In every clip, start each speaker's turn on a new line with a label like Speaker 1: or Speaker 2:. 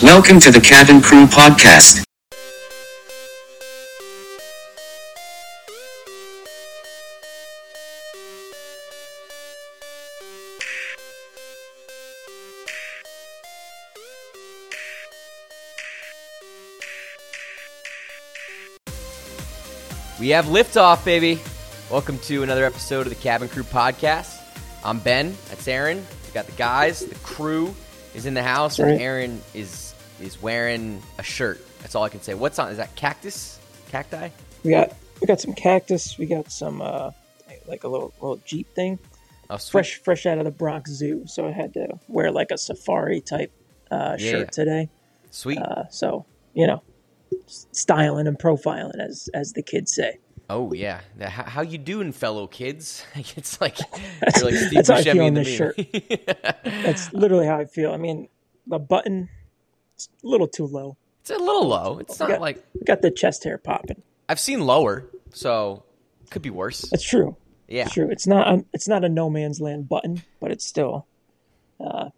Speaker 1: Welcome to the Cat and Crew podcast.
Speaker 2: We have liftoff, baby. Welcome to another episode of the Cabin Crew Podcast. I'm Ben. That's Aaron. We got the guys. The crew is in the house, and Aaron is is wearing a shirt. That's all I can say. What's on? Is that cactus? Cacti?
Speaker 3: We got we got some cactus. We got some uh, like a little little jeep thing,
Speaker 2: Oh, sweet.
Speaker 3: fresh fresh out of the Bronx Zoo. So I had to wear like a safari type uh,
Speaker 2: Yeah.
Speaker 3: shirt today.
Speaker 2: Sweet.
Speaker 3: Uh, so you know, s- styling and profiling as as the kids say.
Speaker 2: oh yeah. Now, How, how you doing, fellow kids? it's like
Speaker 3: That's-
Speaker 2: you're like Steve
Speaker 3: that's how I feel
Speaker 2: Buscemi in
Speaker 3: in
Speaker 2: the
Speaker 3: this
Speaker 2: shirt.
Speaker 3: That's literally how I feel. I mean, the button it's a little too low.
Speaker 2: it's a little low. It's not
Speaker 3: got-
Speaker 2: like
Speaker 3: We got the chest hair popping.
Speaker 2: I've seen lower, so could be worse.
Speaker 3: That's true.
Speaker 2: Yeah.
Speaker 3: It's true. It's not a, it's not a no man's land button, but it's still uh,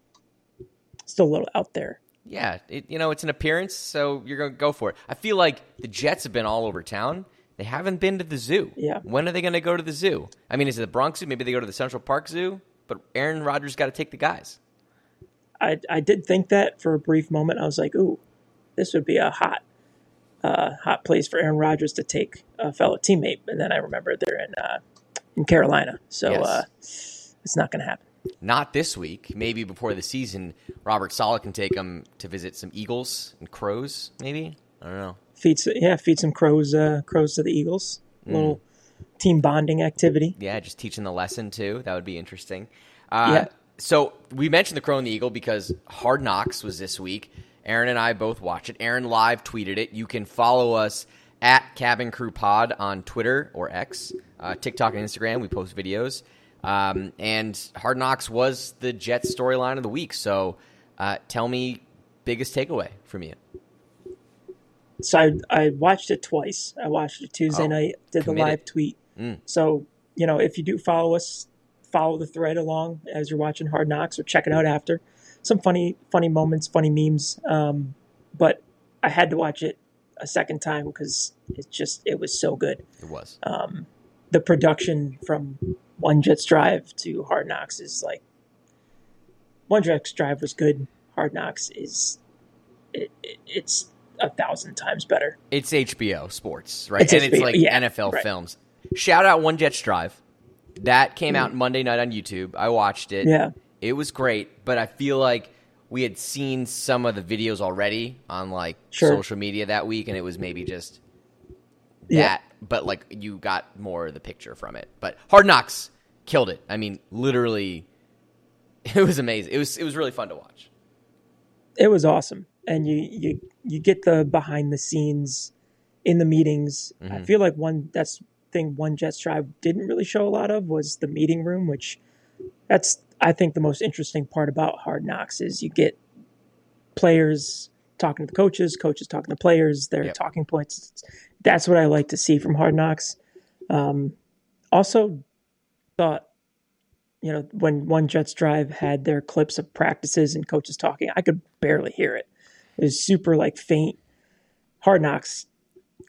Speaker 3: still a little out there.
Speaker 2: Yeah, it, you know, it's an appearance, so you're going to go for it. I feel like the Jets have been all over town. They haven't been to the zoo.
Speaker 3: Yeah.
Speaker 2: When are they going to go to the zoo? I mean, is it the Bronx Zoo? Maybe they go to the Central Park Zoo, but Aaron Rodgers got to take the guys.
Speaker 3: I I did think that for a brief moment. I was like, ooh, this would be a hot uh, hot place for Aaron Rodgers to take a fellow teammate, and then I remembered they're in uh, in Carolina, so
Speaker 2: Yes.
Speaker 3: uh, it's not going to happen.
Speaker 2: Not this week. Maybe before the season, Robert Sala can take them to visit some eagles and crows, maybe? I don't know.
Speaker 3: Feed s- yeah, feed some crows uh, crows to the Eagles. Little team bonding activity.
Speaker 2: Yeah, just teaching the lesson too. That would be interesting. Uh,
Speaker 3: Yeah.
Speaker 2: So we mentioned the Crow and the Eagle because Hard Knocks was this week. Aaron and I both watch it. Aaron live tweeted it. You can follow us at Cabin Crew Pod on Twitter or X, uh, TikTok and Instagram. We post videos. Um, and Hard Knocks was the Jets storyline of the week. So uh, tell me biggest takeaway from you.
Speaker 3: So I I watched it twice. I watched it Tuesday
Speaker 2: Oh,
Speaker 3: night. Did
Speaker 2: committed. Mm.
Speaker 3: the live tweet. So you know, if you do follow us, follow the thread along as you're watching Hard Knocks, or check it out after. Some funny funny moments, funny memes. Um, but I had to watch it a second time because it just it was so good.
Speaker 2: It was.
Speaker 3: The production from One Jets Drive to Hard Knocks is like One Jets Drive was good. Hard Knocks is it, it, it's a thousand times better.
Speaker 2: It's HBO Sports, right?
Speaker 3: It's
Speaker 2: and it's
Speaker 3: HBO,
Speaker 2: like
Speaker 3: yeah,
Speaker 2: NFL
Speaker 3: right.
Speaker 2: films. Shout out One Jets Drive. That came out Monday night on YouTube. I watched it.
Speaker 3: Yeah.
Speaker 2: It was great, but I feel like we had seen some of the videos already on like
Speaker 3: Sure.
Speaker 2: social media that week and it was maybe just that,
Speaker 3: Yeah.
Speaker 2: but like you got more of the picture from it. But Hard Knocks killed it. I mean, literally it was amazing. It was it was really fun to watch.
Speaker 3: it was awesome and you you you get the behind the scenes in the meetings i feel like one that's thing one jet drive didn't really show a lot of was the meeting room which that's i think the most interesting part about hard knocks is you get players talking to the coaches coaches talking to players their
Speaker 2: Yep.
Speaker 3: talking points that's what i like to see from hard knocks um, also thought you know, when one Jets drive had their clips of practices and coaches talking, I could barely hear it. It was super like faint. Hard knocks.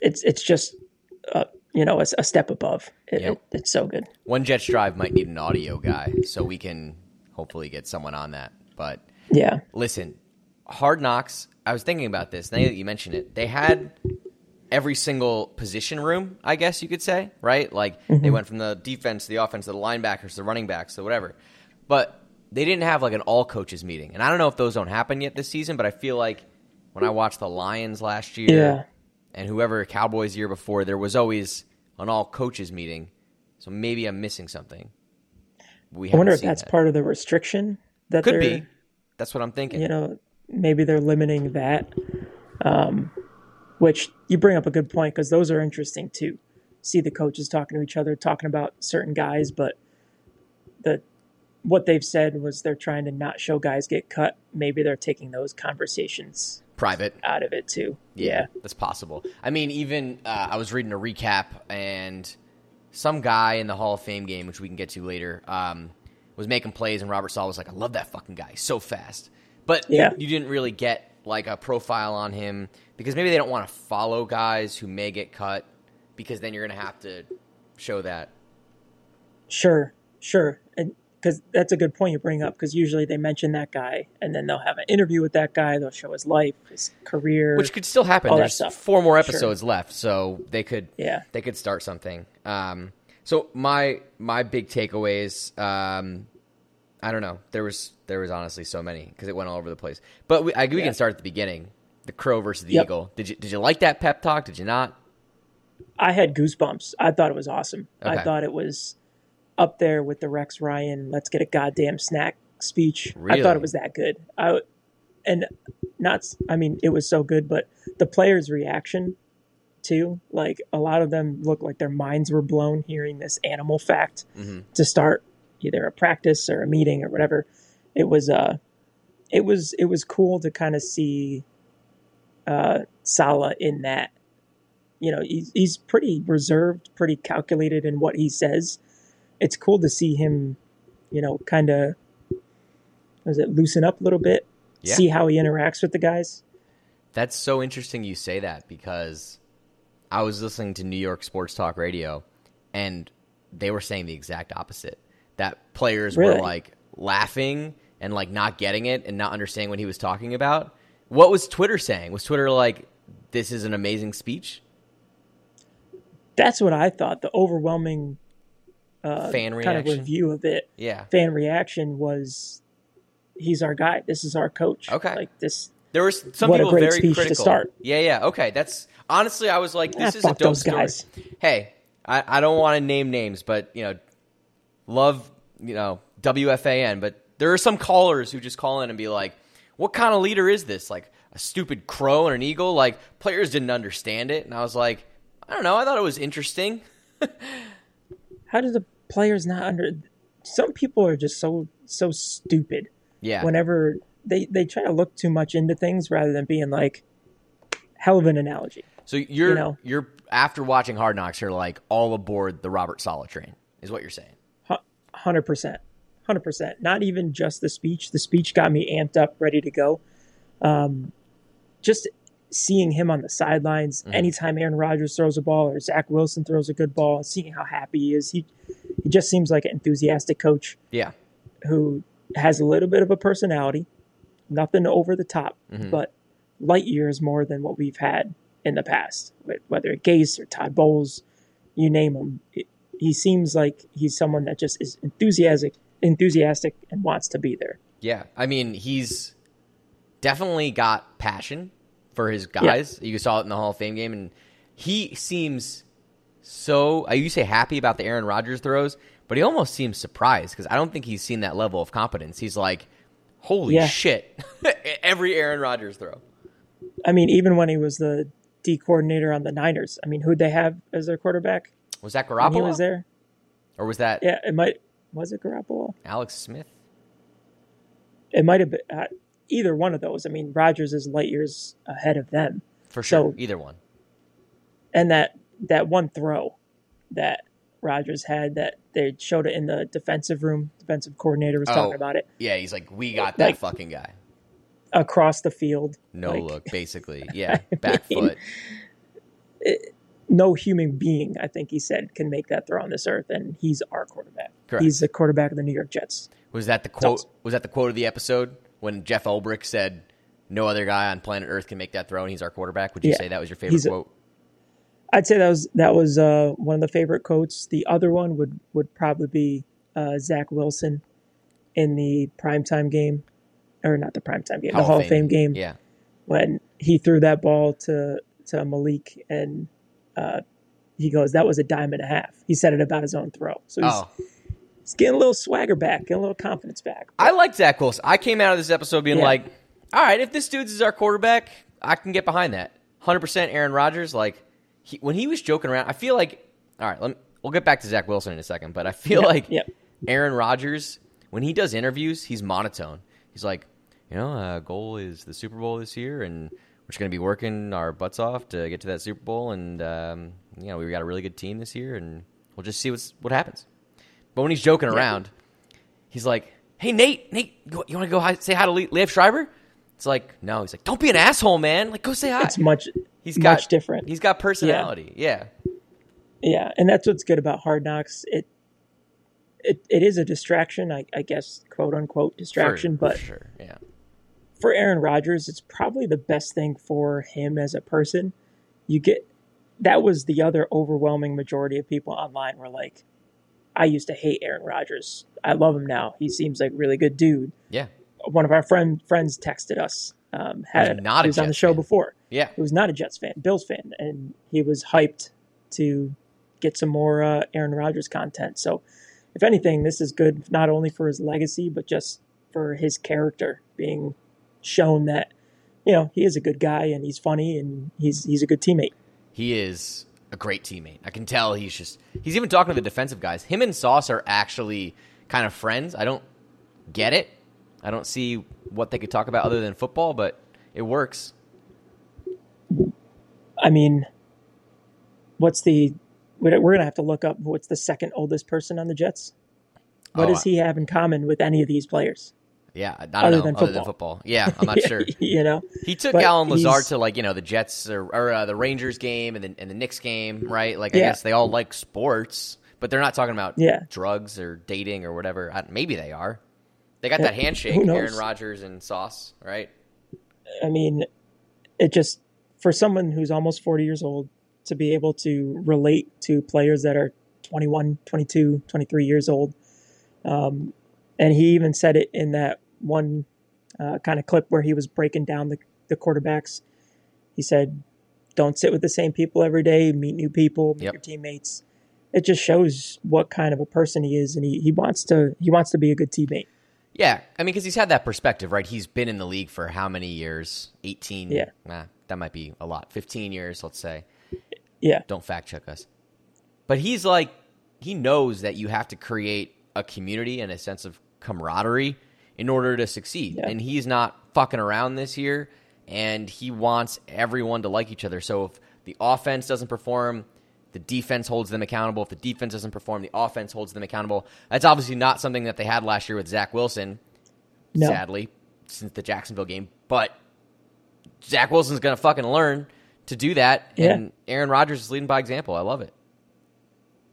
Speaker 3: It's it's just uh, you know it's a step above. It,
Speaker 2: Yep.
Speaker 3: it, it's so good.
Speaker 2: One Jets Drive might need an audio guy, so we can hopefully get someone on that. But
Speaker 3: Yeah,
Speaker 2: Listen, Hard Knocks. I was thinking about this. Now that you mention it, they had every single position room. I guess you could say, right? Like
Speaker 3: Mm-hmm.
Speaker 2: they went from the defense to the offense to the linebackers to the running backs to whatever. But they didn't have like an all coaches meeting, and I don't know if those don't happen yet this season. But I feel like when I watched the Lions last year
Speaker 3: Yeah.
Speaker 2: and whoever Cowboys the year before, there was always an all coaches meeting. So maybe I'm missing something. We
Speaker 3: I
Speaker 2: haven't
Speaker 3: wonder if
Speaker 2: seen
Speaker 3: that's
Speaker 2: that.
Speaker 3: part of the restriction that
Speaker 2: could
Speaker 3: they're
Speaker 2: be. That's what I'm thinking.
Speaker 3: you know maybe they're limiting that. Um, which you bring up a good point because those are interesting too. See the coaches talking to each other, talking about certain guys, but the what they've said was they're trying to not show guys get cut. Maybe they're taking those conversations
Speaker 2: Private.
Speaker 3: out of it too.
Speaker 2: Yeah, that's possible. I mean, even uh, I was reading a recap, and some guy in the Hall of Fame game, which we can get to later, um, was making plays, and Robert Saul was like, "I love that fucking guy. He's so fast." But
Speaker 3: Yeah.
Speaker 2: you didn't really get like a profile on him because maybe they don't want to follow guys who may get cut because then you're going to have to show that.
Speaker 3: Sure, sure. And because that's a good point you bring up because usually they mention that guy and then they'll have an interview with that guy. They'll show his life, his career.
Speaker 2: Which could still happen.
Speaker 3: All that
Speaker 2: There's
Speaker 3: stuff.
Speaker 2: four more episodes left, so they could
Speaker 3: Yeah.
Speaker 2: they could start something. Um, so my my big takeaways, um, I don't know. There was there was honestly so many because it went all over the place. But we, I, we
Speaker 3: Yeah.
Speaker 2: can start at the beginning. The crow versus the
Speaker 3: Yep.
Speaker 2: eagle. Did you did you like that pep talk? Did you not?
Speaker 3: I had goosebumps. I thought it was awesome.
Speaker 2: Okay.
Speaker 3: I thought it was up there with the Rex Ryan "Let's get a goddamn snack" speech. I
Speaker 2: Really?
Speaker 3: thought it was that good. I and not. I mean, it was so good, but the players' reaction too. Like a lot of them look like their minds were blown hearing this animal fact
Speaker 2: Mhm.
Speaker 3: to start either a practice or a meeting or whatever. It was uh, it was it was cool to kind of see uh, Sala in that you know he's, he's pretty reserved pretty calculated in what he says it's cool to see him you know kind of was it loosen up a little bit
Speaker 2: Yeah.
Speaker 3: see how he interacts with the guys
Speaker 2: That's so interesting you say that because I was listening to New York Sports Talk Radio and they were saying the exact opposite. That players were
Speaker 3: Really?
Speaker 2: like laughing and like not getting it and not understanding what he was talking about. What was Twitter saying? Was Twitter like, this is an amazing speech?
Speaker 3: that's what i thought the overwhelming uh,
Speaker 2: Fan
Speaker 3: kind of
Speaker 2: reaction?
Speaker 3: review of it
Speaker 2: Yeah.
Speaker 3: fan reaction was he's our guy this is our coach
Speaker 2: Okay.
Speaker 3: like this
Speaker 2: There was some
Speaker 3: What a
Speaker 2: people
Speaker 3: great
Speaker 2: very
Speaker 3: speech to
Speaker 2: critical.
Speaker 3: start.
Speaker 2: Yeah, yeah. Okay, that's honestly, I was like, this
Speaker 3: Ah,
Speaker 2: is a dope
Speaker 3: fuck those
Speaker 2: story.
Speaker 3: guys.
Speaker 2: Hey, I, I don't want to name names, but you know, love you know WFAN, but there are some callers who just call in and be like, what kind of leader is this? Like a stupid crow and an eagle? Like players didn't understand it, and I was like, I don't know. I thought it was interesting.
Speaker 3: how do the players not under some people are just so so stupid
Speaker 2: Yeah.
Speaker 3: whenever they they try to look too much into things rather than being like hell of an analogy
Speaker 2: so you're you
Speaker 3: you
Speaker 2: are
Speaker 3: know.
Speaker 2: you are after watching Hard Knocks, you're like all aboard the Robert Sala train, is what you're saying.
Speaker 3: Hu- 100% 100% not even just the speech the speech got me amped up ready to go um, just seeing him on the sidelines anytime aaron rodgers throws a ball or zach wilson throws a good ball seeing how happy he is he, he just seems like an enthusiastic coach
Speaker 2: Yeah.
Speaker 3: who has a little bit of a personality, nothing over the top, but light years more than what we've had in the past, wh- whether it Gase or Todd Bowles, you name him. It, he seems like he's someone that just is enthusiastic, enthusiastic, and wants to be there.
Speaker 2: Yeah, I mean, he's definitely got passion for his guys. You saw it in the Hall of Fame game, and he seems so. I you say happy about the Aaron Rodgers throws, but he almost seems surprised because I don't think he's seen that level of competence. He's like, "Holy
Speaker 3: Yeah.
Speaker 2: shit!" Every Aaron Rodgers throw.
Speaker 3: I mean, even when he was the D coordinator on the Niners, I mean, who'd they have as their quarterback?
Speaker 2: Was that
Speaker 3: when He
Speaker 2: Garoppolo,
Speaker 3: was there.
Speaker 2: or was that
Speaker 3: Yeah, it might. Was it Garoppolo?
Speaker 2: Alex Smith?
Speaker 3: It might have been uh, either one of those. I mean, Rodgers is light years ahead of them.
Speaker 2: For sure,
Speaker 3: So-
Speaker 2: either one.
Speaker 3: and that that one throw that Rogers had that they showed it in the defensive room. Defensive coordinator was
Speaker 2: Oh.
Speaker 3: talking about it
Speaker 2: Yeah, he's like, "We got that
Speaker 3: Like-
Speaker 2: fucking guy."
Speaker 3: across the field.
Speaker 2: No
Speaker 3: Like,
Speaker 2: look, basically. Yeah, back
Speaker 3: mean-
Speaker 2: foot.
Speaker 3: No human being, I think he said, can make that throw on this earth, and he's our quarterback.
Speaker 2: Correct.
Speaker 3: He's the quarterback of the New York Jets.
Speaker 2: Was that the quote?
Speaker 3: Don't-
Speaker 2: Was that the quote of the episode when Jeff Ulbrich said, "No other guy on planet Earth can make that throw, and he's our quarterback"? Would you
Speaker 3: Yeah.
Speaker 2: say that was your favorite
Speaker 3: He's a-
Speaker 2: quote?
Speaker 3: I'd say that was that was uh, one of the favorite quotes. The other one would would probably be uh, Zach Wilson in the primetime game, or not the primetime game, the Hall of Fame game.
Speaker 2: Yeah,
Speaker 3: when he threw that ball to to Malik and uh, he goes, "That was a dime and a half." He said it about his own throw, so he's,
Speaker 2: Oh,
Speaker 3: he's getting a little swagger back, getting a little confidence back.
Speaker 2: I like Zach Wilson. I came out of this episode being
Speaker 3: Yeah.
Speaker 2: like, "All right, if this dude's is our quarterback, I can get behind that." Hundred percent, Aaron Rodgers. Like he, when he was joking around, I feel like. All right, let me, we'll get back to Zach Wilson in a second, but I feel like
Speaker 3: yeah.
Speaker 2: Aaron Rodgers when he does interviews, he's monotone. He's like, you know, uh, goal is the Super Bowl this year, and we're just going to be working our butts off to get to that Super Bowl. And um, you know, we got a really good team this year, and we'll just see what's what happens. But when he's joking around, he's like, "Hey Nate, Nate, you, you want to go hi, say hi to Le- Leif Schreiber?" It's like no, he's like, don't be an asshole, man. Like go say hi.
Speaker 3: It's much
Speaker 2: He's got
Speaker 3: much different.
Speaker 2: He's got personality. Yeah.
Speaker 3: Yeah, and that's what's good about Hard Knocks. It it, it is a distraction, I, I guess, quote unquote distraction.
Speaker 2: for,
Speaker 3: but
Speaker 2: for sure. Yeah.
Speaker 3: for Aaron Rodgers, it's probably the best thing for him as a person. You get that was the other overwhelming majority of people online were like, I used to hate Aaron Rodgers. I love him now. He seems like a really good dude.
Speaker 2: Yeah.
Speaker 3: One of our friend friends texted us. Um, had
Speaker 2: Who's not a
Speaker 3: he was on the
Speaker 2: Jets
Speaker 3: show
Speaker 2: fan.
Speaker 3: before.
Speaker 2: Yeah.
Speaker 3: Who was not a Jets fan, Bills fan, and he was hyped to get some more uh, Aaron Rodgers content. So, if anything, this is good not only for his legacy but just for his character being shown that you know he is a good guy and he's funny and he's he's a good teammate.
Speaker 2: He is a great teammate. I can tell he's just he's even talking to the defensive guys. Him and Sauce are actually kind of friends. I don't get it. I don't see what they could talk about other than football, but it works.
Speaker 3: I mean, what's the we're we're gonna have to look up what's the second oldest person on the Jets. What
Speaker 2: Oh,
Speaker 3: does he have in common with any of these players?
Speaker 2: Yeah, I don't
Speaker 3: Other
Speaker 2: know.
Speaker 3: than
Speaker 2: other than football. Yeah, I'm not sure.
Speaker 3: you know,
Speaker 2: He took
Speaker 3: But
Speaker 2: Alan Lazard
Speaker 3: he's-
Speaker 2: to like you know the Jets or, or uh, the Rangers game and the, and the Knicks game, right? Like I
Speaker 3: Yeah.
Speaker 2: guess they all like sports, but they're not talking about
Speaker 3: Yeah.
Speaker 2: drugs or dating or whatever. I, maybe they are. They got
Speaker 3: Yeah,
Speaker 2: that handshake,
Speaker 3: who knows?
Speaker 2: Aaron Rodgers and Sauce, right?
Speaker 3: I mean, it just for someone who's almost 40 years old to be able to relate to players that are 21, 22, 23 years old. Um, and he even said it in that one uh, kind of clip where he was breaking down the, the quarterbacks. He said, Don't sit with the same people every day, meet new people, meet
Speaker 2: Yep.
Speaker 3: your teammates. It just shows what kind of a person he is, and he, he wants to he wants to be a good teammate.
Speaker 2: Yeah, I mean, because he's had that perspective, right? He's been in the league for how many years? Eighteen.
Speaker 3: Yeah.
Speaker 2: nah, that might be a lot. Fifteen years, let's say.
Speaker 3: Yeah,
Speaker 2: Don't fact check us. But he's like, he knows that you have to create a community and a sense of camaraderie in order to succeed.
Speaker 3: Yeah.
Speaker 2: And he's not fucking around this year. And he wants everyone to like each other. So if the offense doesn't perform, the defense holds them accountable. If the defense doesn't perform, the offense holds them accountable. That's obviously not something that they had last year with Zach Wilson
Speaker 3: no,
Speaker 2: sadly, since the Jacksonville game. But Zach Wilson's going to fucking learn to do that.
Speaker 3: Yeah.
Speaker 2: And Aaron Rodgers is leading by example. I love it.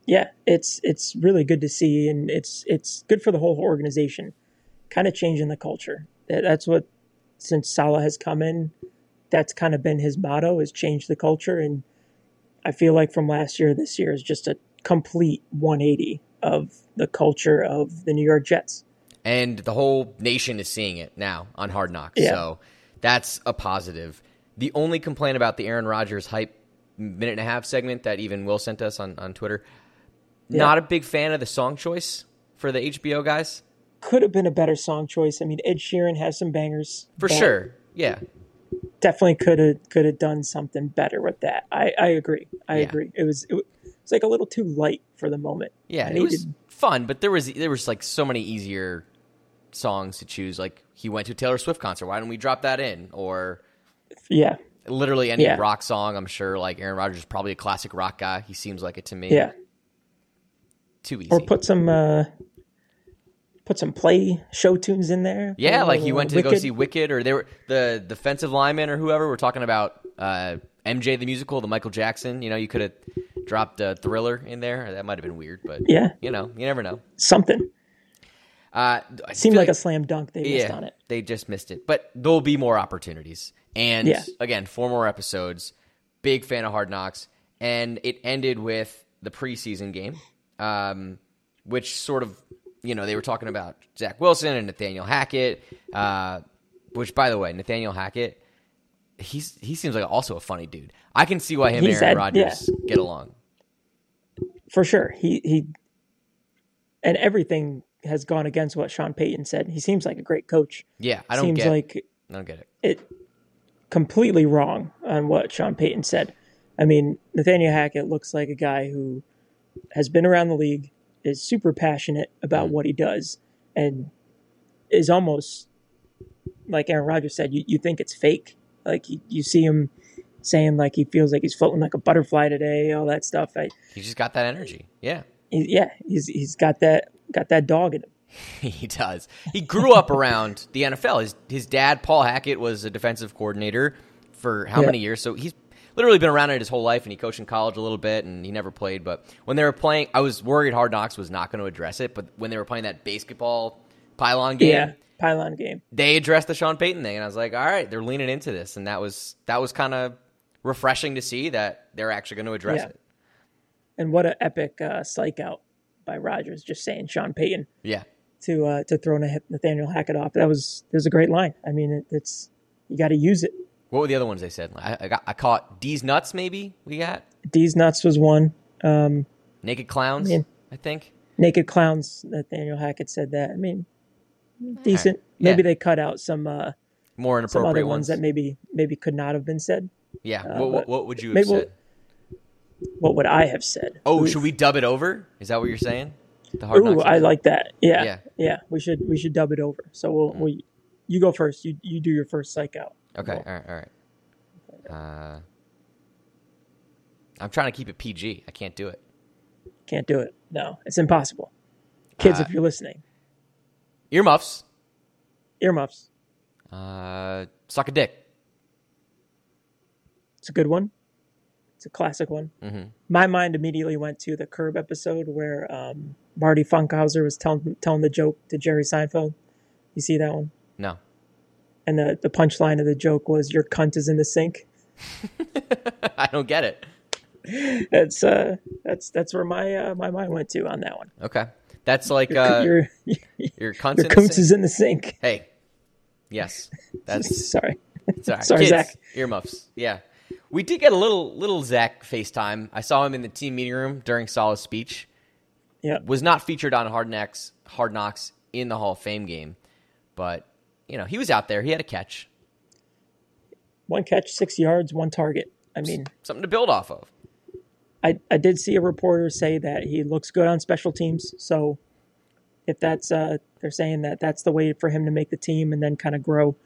Speaker 3: yeah, it's it's really good to see, and it's it's good for the whole organization, kind of changing the culture. That- That's what since Salah has come in, that's kind of been his motto is change the culture, and I feel like from last year to this year is just a complete 180 of the culture of the New York Jets.
Speaker 2: And the whole nation is seeing it now on Hard Knocks.
Speaker 3: Yeah.
Speaker 2: So that's a positive. The only complaint about the Aaron Rodgers hype minute and a half segment that even Will sent us on, on Twitter, not a big fan of the song choice for the HBO guys.
Speaker 3: Could have been a better song choice. I mean, Ed Sheeran has some bangers
Speaker 2: For
Speaker 3: but
Speaker 2: sure. Yeah.
Speaker 3: Definitely could have could have done something better with that. I I agree. I
Speaker 2: Yeah.
Speaker 3: agree. It was it was it's like a little too light for the moment.
Speaker 2: Yeah,
Speaker 3: I
Speaker 2: it was
Speaker 3: needed-
Speaker 2: fun, but there was there was like so many easier songs to choose. Like he went to a Taylor Swift concert. Why don't we drop that in? Or
Speaker 3: Yeah.
Speaker 2: literally any
Speaker 3: Yeah.
Speaker 2: rock song. I'm sure like Aaron Rodgers is probably a classic rock guy. He seems like it to me.
Speaker 3: Yeah.
Speaker 2: too easy.
Speaker 3: or put some uh put some play show tunes in there
Speaker 2: yeah,
Speaker 3: A
Speaker 2: like he
Speaker 3: little
Speaker 2: went to go
Speaker 3: Wicked.
Speaker 2: see Wicked, or they were the defensive lineman or whoever. We're talking about uh, MJ the musical, the Michael Jackson. You know, you could have dropped a Thriller in there. That might have been weird, but
Speaker 3: yeah
Speaker 2: you know, you never know.
Speaker 3: something
Speaker 2: Uh, I
Speaker 3: seemed
Speaker 2: feel
Speaker 3: like, a slam dunk they missed on it
Speaker 2: They just missed it. But there'll be more opportunities. And
Speaker 3: Yeah.
Speaker 2: again, four more episodes. Big fan of Hard Knocks. And it ended with the preseason game, um, which sort of, you know, they were talking about Zach Wilson and Nathaniel Hackett, uh, which, by the way, Nathaniel Hackett, he's he seems like also a funny dude. I can see why him
Speaker 3: He's
Speaker 2: and Aaron
Speaker 3: had- yeah.
Speaker 2: Rodgers get along.
Speaker 3: for sure he he and everything has gone against what sean payton said he seems like a great coach
Speaker 2: Yeah, I don't
Speaker 3: seems
Speaker 2: get
Speaker 3: like
Speaker 2: I don't get it.
Speaker 3: it completely wrong on what Sean Payton said. I mean, Nathaniel Hackett looks like a guy who has been around the league, is super passionate about what he does, and is almost like Aaron Rodgers said, you, you think it's fake. Like you, you see him saying like he feels like he's floating like a butterfly today, all that stuff. I,
Speaker 2: He just got that energy. Yeah.
Speaker 3: he, yeah, he's he's got that got that dog in him.
Speaker 2: he does. He grew up around the NFL. His his dad, Paul Hackett, was a defensive coordinator for how
Speaker 3: Yeah.
Speaker 2: many years? So he's literally been around it his whole life, and he coached in college a little bit, and he never played. But when they were playing, I was worried Hard Knocks was not going to address it. But when they were playing that basketball pylon game,
Speaker 3: Yeah, pylon game.
Speaker 2: they addressed the Sean Payton thing, and I was like, all right, they're leaning into this, and that was that was kind of refreshing to see that they're actually going to address
Speaker 3: Yeah.
Speaker 2: it.
Speaker 3: And what an epic uh, psych out by Rogers, just saying Sean Payton
Speaker 2: Yeah,
Speaker 3: to uh, to throw Nath- Nathaniel Hackett off. That was that was a great line. I mean, it, it's you got to use it.
Speaker 2: what were the other ones they said? I, I got I caught D's nuts. Maybe we got
Speaker 3: D's nuts was one. Um,
Speaker 2: naked clowns.
Speaker 3: Yeah.
Speaker 2: I think.
Speaker 3: Naked clowns. Nathaniel Hackett said that. I mean, decent.
Speaker 2: Yeah.
Speaker 3: Maybe they cut out some uh,
Speaker 2: more
Speaker 3: some
Speaker 2: inappropriate
Speaker 3: other
Speaker 2: ones.
Speaker 3: ones that maybe maybe could not have been said.
Speaker 2: yeah. what, what,
Speaker 3: but
Speaker 2: what would you have
Speaker 3: maybe we'll-
Speaker 2: said?
Speaker 3: What would I have said?
Speaker 2: Oh,
Speaker 3: Ooh.
Speaker 2: should we dub it over? Is that what you're saying? The hard
Speaker 3: Ooh,
Speaker 2: knocks.
Speaker 3: I like that. Yeah,
Speaker 2: Yeah. Hmm.
Speaker 3: yeah, We should we should dub it over. So we'll we, you go first. You you do your first psych out.
Speaker 2: Okay. All right. All right. Uh, I'm trying to keep it PG. I can't do it.
Speaker 3: Can't do it. No, it's impossible. Kids,
Speaker 2: Uh,
Speaker 3: if you're listening,
Speaker 2: Earmuffs.
Speaker 3: earmuffs.
Speaker 2: Uh, suck a dick.
Speaker 3: It's a good one. It's a classic one.
Speaker 2: Mhm.
Speaker 3: My mind immediately went to the Curb episode where um, Marty Funkhauser was telling telling the joke to Jerry Seinfeld. You see that one?
Speaker 2: No.
Speaker 3: And the the punchline of the joke was "Your cunt is in the sink."
Speaker 2: I don't get it.
Speaker 3: That's uh, that's that's where my uh, my mind went to on that one.
Speaker 2: Okay. That's like
Speaker 3: Your,
Speaker 2: uh, your,
Speaker 3: your,
Speaker 2: cunt's
Speaker 3: your
Speaker 2: in the
Speaker 3: cunt
Speaker 2: sink.
Speaker 3: is in the sink.
Speaker 2: Hey. Yes. That's
Speaker 3: Sorry.
Speaker 2: Sorry,
Speaker 3: Sorry,
Speaker 2: kids,
Speaker 3: Zach.
Speaker 2: Earmuffs. Yeah, we did get a little little Zach FaceTime. I saw him in the team meeting room during Salah's speech.
Speaker 3: Yeah.
Speaker 2: was not featured on Hard Knocks. Hard Knocks in the Hall of Fame game, but you know he was out there. He had a catch,
Speaker 3: One catch, six yards, one target. I mean,
Speaker 2: something to build off of.
Speaker 3: I, I did see a reporter say that he looks good on special teams. So if that's, uh, they're saying that that's the way for him to make the team and then kind of grow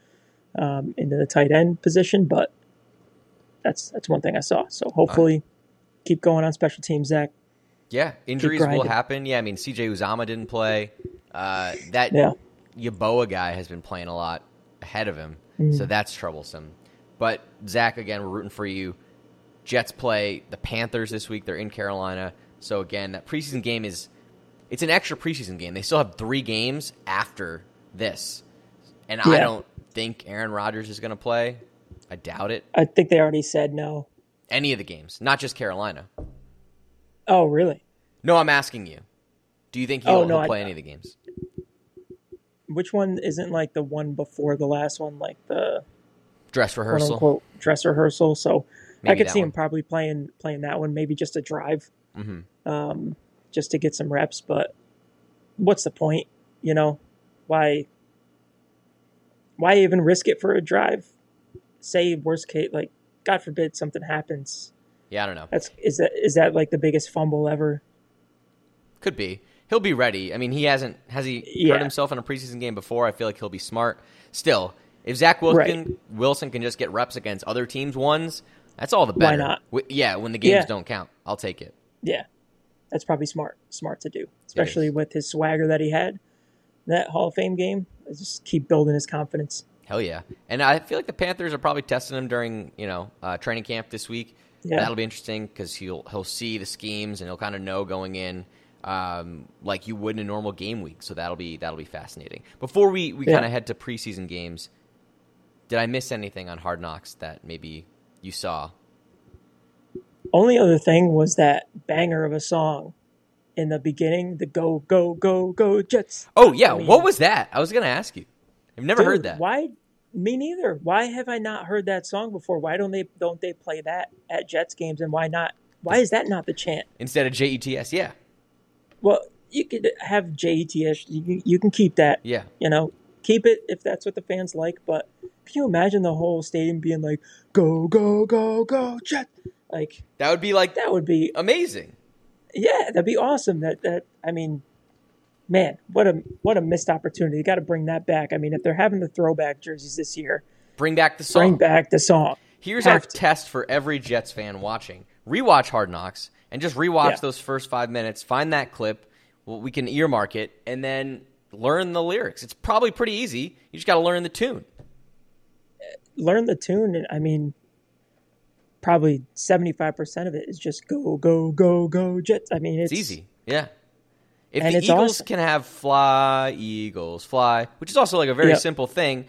Speaker 3: um, into the tight end position. But that's, that's one thing I saw. So hopefully keep going on special teams, Zach.
Speaker 2: Yeah, injuries will
Speaker 3: grinding.
Speaker 2: happen. Yeah, I mean CJ Uzama didn't play. Uh, that
Speaker 3: Yeah.
Speaker 2: Yaboa guy has been playing a lot ahead of him, so
Speaker 3: Mm.
Speaker 2: that's troublesome. But Zach, again, we're rooting for you. Jets play the Panthers this week. They're in Carolina, so again, that preseason game is it's an extra preseason game. They still have three games after this, and I
Speaker 3: Yeah.
Speaker 2: don't think Aaron Rodgers is going to play. I doubt it.
Speaker 3: I think they already said no.
Speaker 2: Any of the games, not just Carolina.
Speaker 3: Oh, really?
Speaker 2: No, I'm asking you. Do you think he'll,
Speaker 3: Oh, no,
Speaker 2: he'll
Speaker 3: I-
Speaker 2: play any of the games?
Speaker 3: Which one isn't like the one before the last one, like the
Speaker 2: Dress
Speaker 3: quote
Speaker 2: rehearsal.
Speaker 3: unquote dress rehearsal? So I
Speaker 2: Maybe
Speaker 3: could
Speaker 2: that
Speaker 3: see
Speaker 2: one.
Speaker 3: him probably playing playing that one, maybe just a drive,
Speaker 2: Mhm.
Speaker 3: um, just to get some reps. But what's the point? You know, why why even risk it for a drive? Say worst case, like God forbid something happens.
Speaker 2: Yeah, I don't know.
Speaker 3: That's is that is that like the biggest fumble ever?
Speaker 2: Could be. He'll be ready. I mean, he hasn't has he
Speaker 3: Yeah.
Speaker 2: hurt himself in a preseason game before. I feel like he'll be smart. Still, if Zach Wilson Wilson can just get reps against other teams' ones, that's all the
Speaker 3: Why
Speaker 2: better.
Speaker 3: not?
Speaker 2: Wh- yeah, when the games
Speaker 3: Yeah.
Speaker 2: don't count, I'll take it.
Speaker 3: Yeah, that's probably smart smart to do, especially
Speaker 2: is.
Speaker 3: with his swagger that he had that Hall of Fame game. Just keep building his confidence.
Speaker 2: Hell yeah! And I feel like the Panthers are probably testing him during you know uh, training camp this week.
Speaker 3: Yeah.
Speaker 2: That'll be interesting because he'll he'll see the schemes and he'll kind of know going in um, like you would in a normal game week. So that'll be that'll be fascinating. Before we we
Speaker 3: Yeah.
Speaker 2: kind of head to preseason games, did I miss anything on Hard Knocks that maybe you saw?
Speaker 3: Only other thing was that banger of a song in the beginning, the go go go go Jets.
Speaker 2: Oh yeah,
Speaker 3: I mean-
Speaker 2: what was that? I was gonna ask you. I've never heard
Speaker 3: Dude,
Speaker 2: that.
Speaker 3: Why? Me neither. Why have I not heard that song before? Why don't they don't they play that at Jets games? And why not? Why is that not the chant?
Speaker 2: Instead of JETS, yeah,
Speaker 3: Well, you could have JETS. You can, you can keep that.
Speaker 2: yeah.
Speaker 3: You know, keep it if that's what the fans like. But can you imagine the whole stadium being like go go go go Jets? Like
Speaker 2: That would be like
Speaker 3: that would be
Speaker 2: amazing.
Speaker 3: Yeah, that'd be awesome. That that I mean, man, what a what a missed opportunity. You got to bring that back. I mean, if they're having the throwback jerseys this year,
Speaker 2: Bring back the
Speaker 3: bring
Speaker 2: song.
Speaker 3: back the song.
Speaker 2: Here's
Speaker 3: Have
Speaker 2: our
Speaker 3: to.
Speaker 2: test for every Jets fan watching: rewatch Hard Knocks and just rewatch
Speaker 3: Yeah.
Speaker 2: those first five minutes. Find that clip. Well, we can earmark it, and then learn the lyrics. It's probably pretty easy. You just got to learn the tune.
Speaker 3: Learn the tune, and I mean, probably seventy five percent of it is just go go go go Jets. I mean,
Speaker 2: It's
Speaker 3: it's,
Speaker 2: easy. Yeah. If
Speaker 3: And
Speaker 2: the
Speaker 3: it's
Speaker 2: Eagles
Speaker 3: awesome.
Speaker 2: can have fly, Eagles fly, which is also like a very
Speaker 3: Yeah.
Speaker 2: simple thing,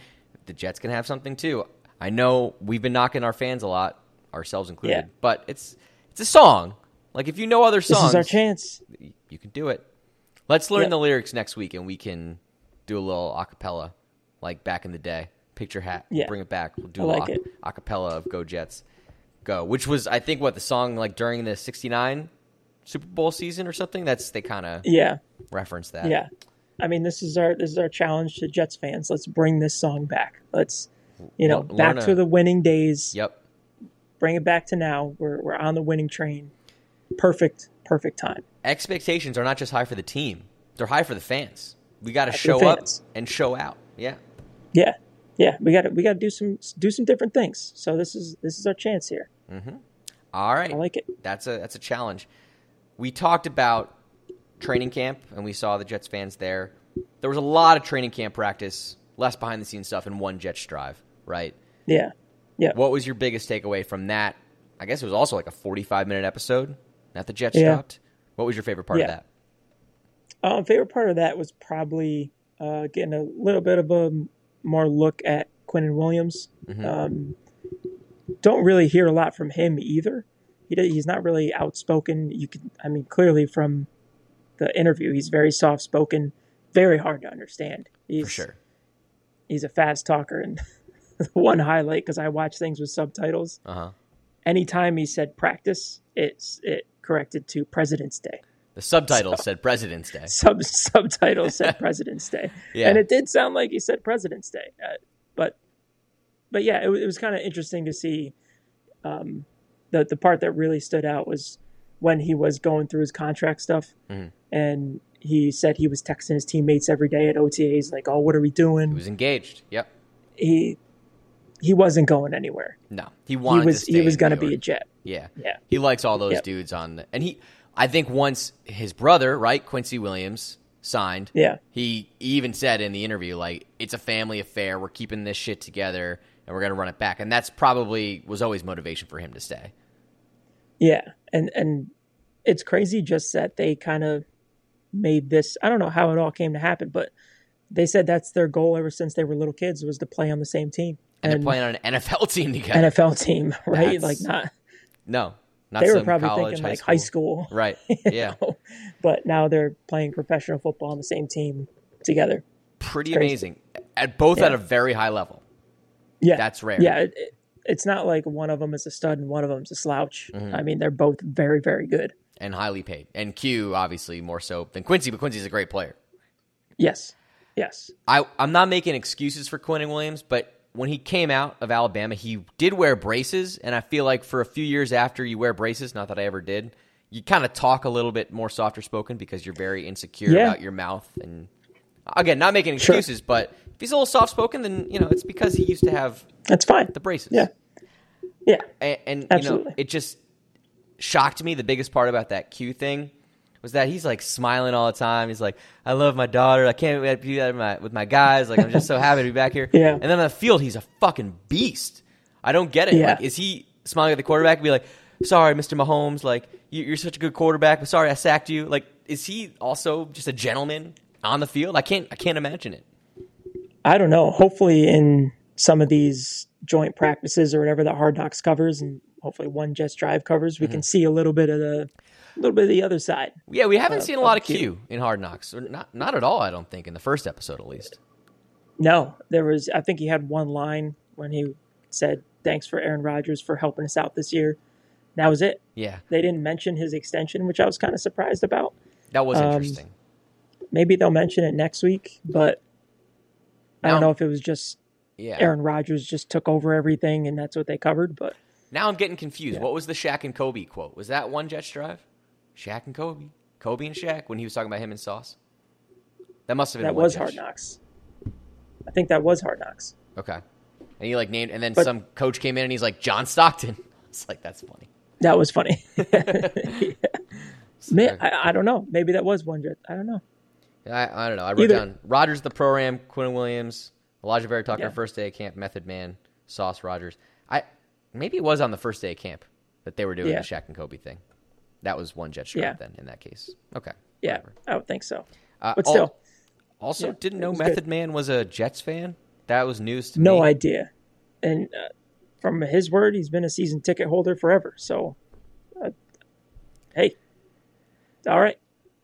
Speaker 2: the Jets can have something too. I know we've been knocking our fans a lot, ourselves included,
Speaker 3: Yeah.
Speaker 2: but it's it's a song. Like if you know other
Speaker 3: This
Speaker 2: songs,
Speaker 3: is our chance.
Speaker 2: y- you can do it. Let's learn
Speaker 3: Yeah.
Speaker 2: the lyrics next week, and we can do a little acapella, like back in the day. Picture hat, we'll
Speaker 3: Yeah.
Speaker 2: bring it back. We'll do
Speaker 3: I
Speaker 2: a
Speaker 3: like
Speaker 2: ac- acapella of "Go Jets, Go," which was I think what the song like during the '69 Super Bowl season or something. That's they kind of
Speaker 3: Yeah,
Speaker 2: reference that.
Speaker 3: yeah. I mean, this is our this is our challenge to Jets fans. Let's bring this song back. Let's, you know,
Speaker 2: Learn
Speaker 3: back
Speaker 2: a-
Speaker 3: to the winning days.
Speaker 2: Yep.
Speaker 3: Bring it back to now. We're we're on the winning train. Perfect, perfect time.
Speaker 2: Expectations are not just high for the team; they're high for the fans. We got to
Speaker 3: the
Speaker 2: show up
Speaker 3: fans.
Speaker 2: and show out. Yeah.
Speaker 3: Yeah, yeah. We got to we got to do some do some different things. So this is this is our chance here.
Speaker 2: All right.
Speaker 3: I like it.
Speaker 2: That's a that's a challenge. We talked about training camp and we saw the Jets fans there. There was a lot of training camp practice, less behind the scenes stuff, and one Jets drive, right?
Speaker 3: Yeah, yeah.
Speaker 2: What was your biggest takeaway from that? I guess it was also like a forty five minute episode. Not the Jets
Speaker 3: Yeah.
Speaker 2: dropped. What was your favorite part
Speaker 3: Yeah.
Speaker 2: of that?
Speaker 3: Um, favorite part of that was probably uh, getting a little bit of a more look at Quentin Williams.
Speaker 2: Mm-hmm.
Speaker 3: Um, don't really hear a lot from him either. He d- he's not really outspoken. You can, I mean, clearly from the interview, he's very soft spoken, very hard to understand. He's,
Speaker 2: For sure.
Speaker 3: he's a fast talker, and the one highlight because I watch things with subtitles.
Speaker 2: Uh huh.
Speaker 3: Anytime he said practice, it's it corrected to President's Day
Speaker 2: The subtitle said President's Day.
Speaker 3: sub subtitle said President's Day,
Speaker 2: Yeah.
Speaker 3: and it did sound like he said President's Day, uh, but but yeah, it, wa- it was kind of interesting to see. Um, the the part that really stood out was when he was going through his contract stuff,
Speaker 2: Mhm.
Speaker 3: and he said he was texting his teammates every day at OTAs, like, "Oh, what are we
Speaker 2: He
Speaker 3: doing?"
Speaker 2: was engaged. Yep.
Speaker 3: He he wasn't going anywhere.
Speaker 2: No. He wanted
Speaker 3: he was
Speaker 2: to stay
Speaker 3: he was
Speaker 2: in
Speaker 3: going to
Speaker 2: New York.
Speaker 3: be a Jet.
Speaker 2: Yeah.
Speaker 3: Yeah.
Speaker 2: He likes all those
Speaker 3: Yep.
Speaker 2: dudes on the and he I think once his brother, right, Quincy Williams, signed.
Speaker 3: Yeah.
Speaker 2: He even said in the interview, like, it's a family affair, we're keeping this shit together and we're gonna run it back. And that's probably was always motivation for him to stay.
Speaker 3: Yeah, and and it's crazy just that they kind of made this. I don't know how it all came to happen, but they said that's their goal ever since they were little kids was to play on the same team
Speaker 2: And, they're playing on an NFL team together.
Speaker 3: NFL team, right?
Speaker 2: That's-
Speaker 3: like not
Speaker 2: no. Not
Speaker 3: they were
Speaker 2: some
Speaker 3: probably
Speaker 2: college,
Speaker 3: thinking
Speaker 2: high
Speaker 3: like
Speaker 2: school.
Speaker 3: high school,
Speaker 2: Right.
Speaker 3: you
Speaker 2: Yeah.
Speaker 3: know? but now they're playing professional football on the same team together.
Speaker 2: Pretty
Speaker 3: crazy.
Speaker 2: amazing. At both at
Speaker 3: Yeah.
Speaker 2: a very high level.
Speaker 3: Yeah,
Speaker 2: That's rare.
Speaker 3: Yeah, it, it- it's not like one of them is a stud and one of them's a slouch.
Speaker 2: Mm-hmm.
Speaker 3: I mean, they're both very, very good.
Speaker 2: And highly paid. And Q obviously more so than Quincy, but Quincy's a great player.
Speaker 3: Yes, yes,
Speaker 2: I, I'm not making excuses for Quentin Williams, but when he came out of Alabama, he did wear braces, and I feel like for a few years after you wear braces, not that I ever did, you kind of talk a little bit more softer spoken because you're very insecure
Speaker 3: Yeah.
Speaker 2: about your mouth. And again, not making excuses, but if he's a little soft spoken, then you know it's because he used to have
Speaker 3: that's fine.
Speaker 2: the braces.
Speaker 3: Yeah, yeah,
Speaker 2: and, and you know
Speaker 3: Absolutely.
Speaker 2: it just shocked me the biggest part about that q thing was that he's like smiling all the time he's like i love my daughter i can't wait to be at my, with my guys like i'm just so happy to be back here
Speaker 3: Yeah.
Speaker 2: and then on the field he's a fucking beast i don't get it
Speaker 3: Yeah.
Speaker 2: like is he smiling at the quarterback and be like sorry mr mahomes like you, you're such a good quarterback but sorry i sacked you like is he also just a gentleman on the field i can't i can't imagine it
Speaker 3: I don't know. Hopefully, in some of these joint practices or whatever that Hard Knocks covers, and hopefully one Jets Drive covers, we can see a little bit of the, a little bit of the other side.
Speaker 2: yeah we haven't
Speaker 3: Uh,
Speaker 2: seen a lot
Speaker 3: of
Speaker 2: of q. in hard knocks or not not at all i don't think in the first episode at least
Speaker 3: No, there was. I think he had one line when he said, "Thanks for Aaron Rodgers for helping us out this year." And that was it.
Speaker 2: yeah
Speaker 3: They didn't mention his extension, which I was kind of surprised about.
Speaker 2: That was
Speaker 3: Um,
Speaker 2: interesting.
Speaker 3: Maybe they'll mention it next week, but I don't
Speaker 2: Now-
Speaker 3: know if it was just
Speaker 2: Yeah.
Speaker 3: Aaron Rodgers just took over everything and that's what they covered. But
Speaker 2: Now I'm getting confused. What was the Shaq and Kobe quote? Was that one Jets drive? Shaq and Kobe. Kobe and Shaq when he was talking about him and Sauce. That must have been
Speaker 3: that
Speaker 2: one
Speaker 3: was
Speaker 2: Jets-
Speaker 3: Hard Knocks. I think that was Hard Knocks.
Speaker 2: Okay. And he like named, and then
Speaker 3: But-
Speaker 2: some coach came in and he's like John Stockton. It's like that's funny.
Speaker 3: That was funny.
Speaker 2: So,
Speaker 3: Man, I, I don't know. Maybe that was one jet. I don't know.
Speaker 2: I, I don't know. I wrote
Speaker 3: Either-
Speaker 2: down Rogers the program, Quinn Williams, Elijah Barry Tucker,
Speaker 3: Yeah.
Speaker 2: first day of camp, Method Man, Sauce Rogers. I maybe it was on the first day of camp that they were doing
Speaker 3: Yeah.
Speaker 2: the Shaq and Kobe thing. That was one jet strap
Speaker 3: Yeah.
Speaker 2: then in that case. Okay.
Speaker 3: Yeah,
Speaker 2: whatever.
Speaker 3: I would think so.
Speaker 2: Uh,
Speaker 3: But
Speaker 2: al-
Speaker 3: still,
Speaker 2: also
Speaker 3: yeah,
Speaker 2: didn't
Speaker 3: it
Speaker 2: know
Speaker 3: was
Speaker 2: Method
Speaker 3: good.
Speaker 2: Man was a Jets fan. That was news to me.
Speaker 3: no idea. And uh, from his word, he's been a season ticket holder forever. So, uh, hey, all right.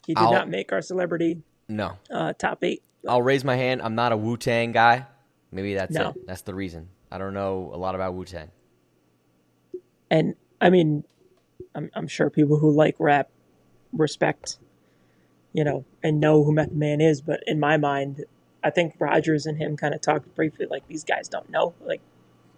Speaker 3: He did
Speaker 2: I'll-
Speaker 3: not make our celebrity
Speaker 2: No.
Speaker 3: uh, top eight.
Speaker 2: I'll raise my hand. I'm not a Wu Tang guy. Maybe that's
Speaker 3: No.
Speaker 2: it. That's the reason. I don't know a lot about Wu Tang.
Speaker 3: And I mean, I'm, I'm sure people who like rap respect, you know, and know who Method Man is. But in my mind, I think Rogers and him kind of talked briefly like these guys don't know. Like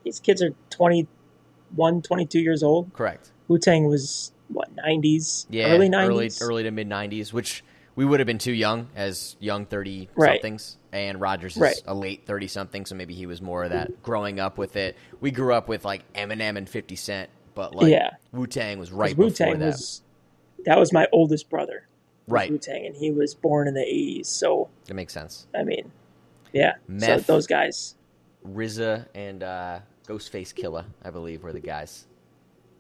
Speaker 3: these kids are 21, 22 years old.
Speaker 2: Correct.
Speaker 3: Wu Tang was what 90s,
Speaker 2: Yeah.
Speaker 3: early 90s.
Speaker 2: Early, early to mid 90s, which we would have been too young as young 30
Speaker 3: Right.
Speaker 2: somethings. And Rogers is
Speaker 3: Right.
Speaker 2: a late 30 something, so maybe he was more of that growing up with it. We grew up with like Eminem and 50 Cent, but like
Speaker 3: Yeah.
Speaker 2: Wu Tang was right
Speaker 3: Wu
Speaker 2: before
Speaker 3: Tang
Speaker 2: that.
Speaker 3: was that was my oldest brother.
Speaker 2: Right.
Speaker 3: Wu Tang, and he was born in the 80s. So
Speaker 2: that makes sense.
Speaker 3: I mean, yeah.
Speaker 2: Meth.
Speaker 3: So those guys,
Speaker 2: RZA and uh, Ghostface Killa, I believe, were the guys.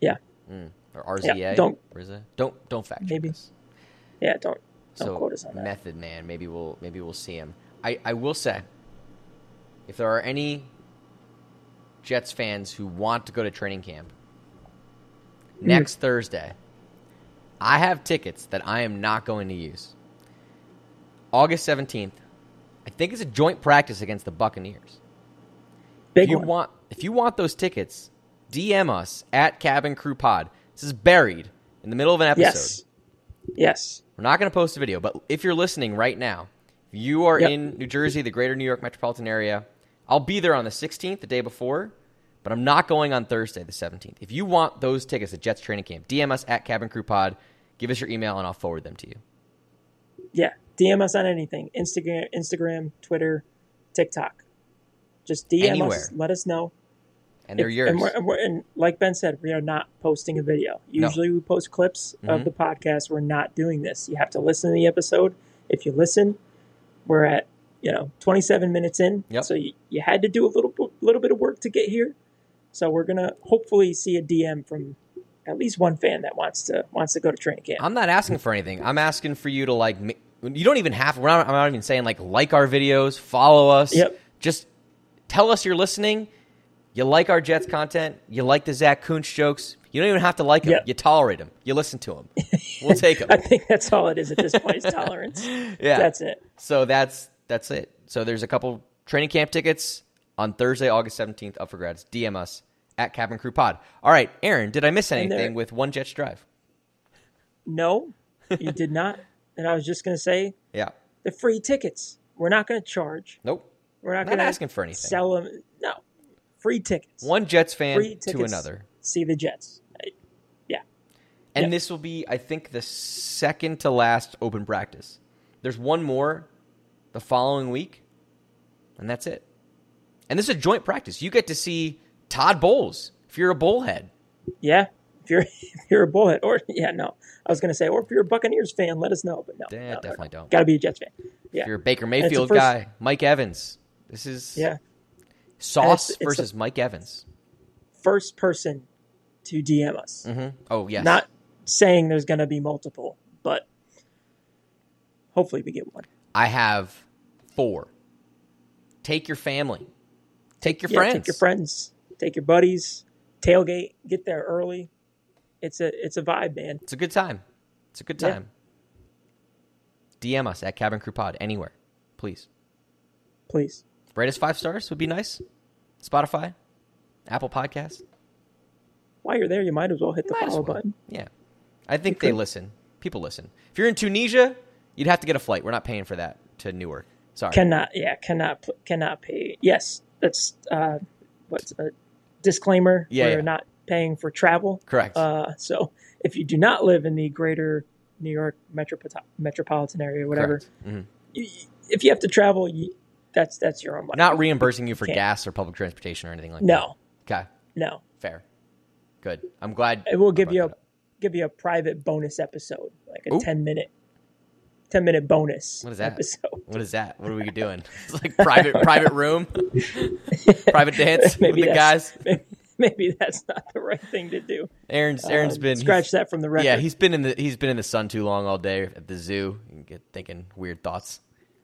Speaker 3: yeah,
Speaker 2: Mm. Or RZA.
Speaker 3: don't-
Speaker 2: RZA. Don't, don't fact check
Speaker 3: Maybe.
Speaker 2: this.
Speaker 3: yeah. Don't don't
Speaker 2: so
Speaker 3: quote us on that.
Speaker 2: Method Man, maybe we'll maybe we'll see him. I, I will say, if there are any Jets fans who want to go to training camp
Speaker 3: Mm-hmm.
Speaker 2: next Thursday, I have tickets that I am not going to use. August seventeenth, I think it's a joint practice against the Buccaneers.
Speaker 3: Big
Speaker 2: If you
Speaker 3: one.
Speaker 2: want if you want those tickets, DM us at Cabin Crew Pod. This is buried in the middle of an episode.
Speaker 3: yes, yes.
Speaker 2: We're not going to post a video, but if you're listening right now, if you are
Speaker 3: Yep.
Speaker 2: in New Jersey, the greater New York metropolitan area, I'll be there on the 16th, the day before, but I'm not going on Thursday, the 17th. If you want those tickets at Jets training camp, DM us at Cabin Crew Pod, give us your email, and I'll forward them to you.
Speaker 3: Yeah. DM us on anything Instagram, Instagram, Twitter, TikTok. Just DM
Speaker 2: Anywhere.
Speaker 3: us. Let us know.
Speaker 2: And they're
Speaker 3: If-
Speaker 2: yours.
Speaker 3: And, we're, and, we're, and like Ben said, we are not posting a video.
Speaker 2: No.
Speaker 3: Usually we post clips
Speaker 2: Mhm.
Speaker 3: of the podcast. We're not doing this. You have to listen to the episode. If you listen, we're at, you know, 27 minutes in.
Speaker 2: Yep.
Speaker 3: So you, you had to do a little, bit- little bit of work to get here. So we're going to hopefully see a DM from at least one fan that wants to wants to go to training camp.
Speaker 2: I'm not asking for anything. I'm asking for you to like. ma- You don't even have. We're not, I'm not even saying like like our videos, follow us.
Speaker 3: Yep.
Speaker 2: Just tell us you're listening. You like our Jets content. You like the Zach Kuntz jokes. You don't even have to like them.
Speaker 3: Yep.
Speaker 2: You tolerate them. You listen to them. We'll take
Speaker 3: I
Speaker 2: them.
Speaker 3: think that's all it is at this point is tolerance.
Speaker 2: yeah.
Speaker 3: That's it.
Speaker 2: So that's that's it. So there's a couple training camp tickets on Thursday, August 17th, up for grads. DM us at Cabin Crew Pod. All right, Aaron, did I miss
Speaker 3: there-
Speaker 2: anything with one Jets drive?
Speaker 3: No, you did not. And I was just going to say
Speaker 2: Yeah.
Speaker 3: the free tickets. We're not going to charge.
Speaker 2: Nope.
Speaker 3: We're not,
Speaker 2: Not
Speaker 3: going to
Speaker 2: asking for anything.
Speaker 3: Sell them. No, free tickets.
Speaker 2: One Jets
Speaker 3: free
Speaker 2: fan
Speaker 3: tickets
Speaker 2: to another.
Speaker 3: See the Jets. I- Yeah,
Speaker 2: And
Speaker 3: Yeah.
Speaker 2: this will be, I think, the second to last open practice. There's one more the following week, and that's it. And this is a joint practice. You get to see Todd Bowles if you're a bullhead.
Speaker 3: yeah. If you're if you're a bullhead, or yeah, no, I was going to say, or if you're a Buccaneers fan, let us know. But no,
Speaker 2: Yeah, definitely don't.
Speaker 3: Got to be a Jets fan. Yeah,
Speaker 2: If you're a Baker
Speaker 3: And it's the
Speaker 2: Mayfield
Speaker 3: first-
Speaker 2: guy, Mike Evans. This is
Speaker 3: Yeah,
Speaker 2: Sauce
Speaker 3: And it's- it's
Speaker 2: versus Mike Evans.
Speaker 3: first person to DM us.
Speaker 2: hmm Oh, yes.
Speaker 3: Mm-hmm. Not saying there's going to be multiple, but hopefully we get one.
Speaker 2: I have four. Take your family. Take your
Speaker 3: Yeah,
Speaker 2: friends.
Speaker 3: Take your friends. Take your buddies. Tailgate. Get there early. It's a it's a vibe, man.
Speaker 2: It's a good time. It's a good
Speaker 3: Yeah.
Speaker 2: time. DM us at Cabin Crew Pod anywhere, please.
Speaker 3: Please.
Speaker 2: Rate us five stars would be nice. Spotify, Apple Podcast.
Speaker 3: While you're there, you might as well hit the
Speaker 2: Might as
Speaker 3: follow
Speaker 2: well.
Speaker 3: button.
Speaker 2: Yeah, I think they
Speaker 3: could.
Speaker 2: listen. People listen. If you're in Tunisia, you'd have to get a flight. We're not paying for that to Newark. Sorry.
Speaker 3: Cannot. Yeah. Cannot. pl- Cannot pay. Yes. That's uh, what's a disclaimer.
Speaker 2: Yeah,
Speaker 3: We're
Speaker 2: yeah.
Speaker 3: not paying for travel.
Speaker 2: Correct.
Speaker 3: Uh, so if you do not live in the greater New York metropo- metropolitan area, whatever,
Speaker 2: Correct. Mhm.
Speaker 3: you, if you have to travel, you, that's that's your own money.
Speaker 2: Not reimbursing you for
Speaker 3: Can't.
Speaker 2: gas or public transportation or anything like
Speaker 3: No.
Speaker 2: that. Okay.
Speaker 3: No.
Speaker 2: Fair. Good. I'm glad.
Speaker 3: It will
Speaker 2: I
Speaker 3: give
Speaker 2: brought
Speaker 3: you
Speaker 2: that
Speaker 3: a
Speaker 2: up.
Speaker 3: give you a private bonus episode, like a
Speaker 2: Ooh.
Speaker 3: ten minute ten minute bonus.
Speaker 2: What is that?
Speaker 3: Episode.
Speaker 2: What is that? What are we doing? It's like private private room, private dance
Speaker 3: Maybe
Speaker 2: with the
Speaker 3: that's-
Speaker 2: guys.
Speaker 3: Maybe, maybe that's not the right thing to do.
Speaker 2: Aaron's Aaron's
Speaker 3: Um,
Speaker 2: been
Speaker 3: scratch that from the record.
Speaker 2: Yeah, he's been in the he's been in the sun too long all day at the zoo. You get thinking weird thoughts.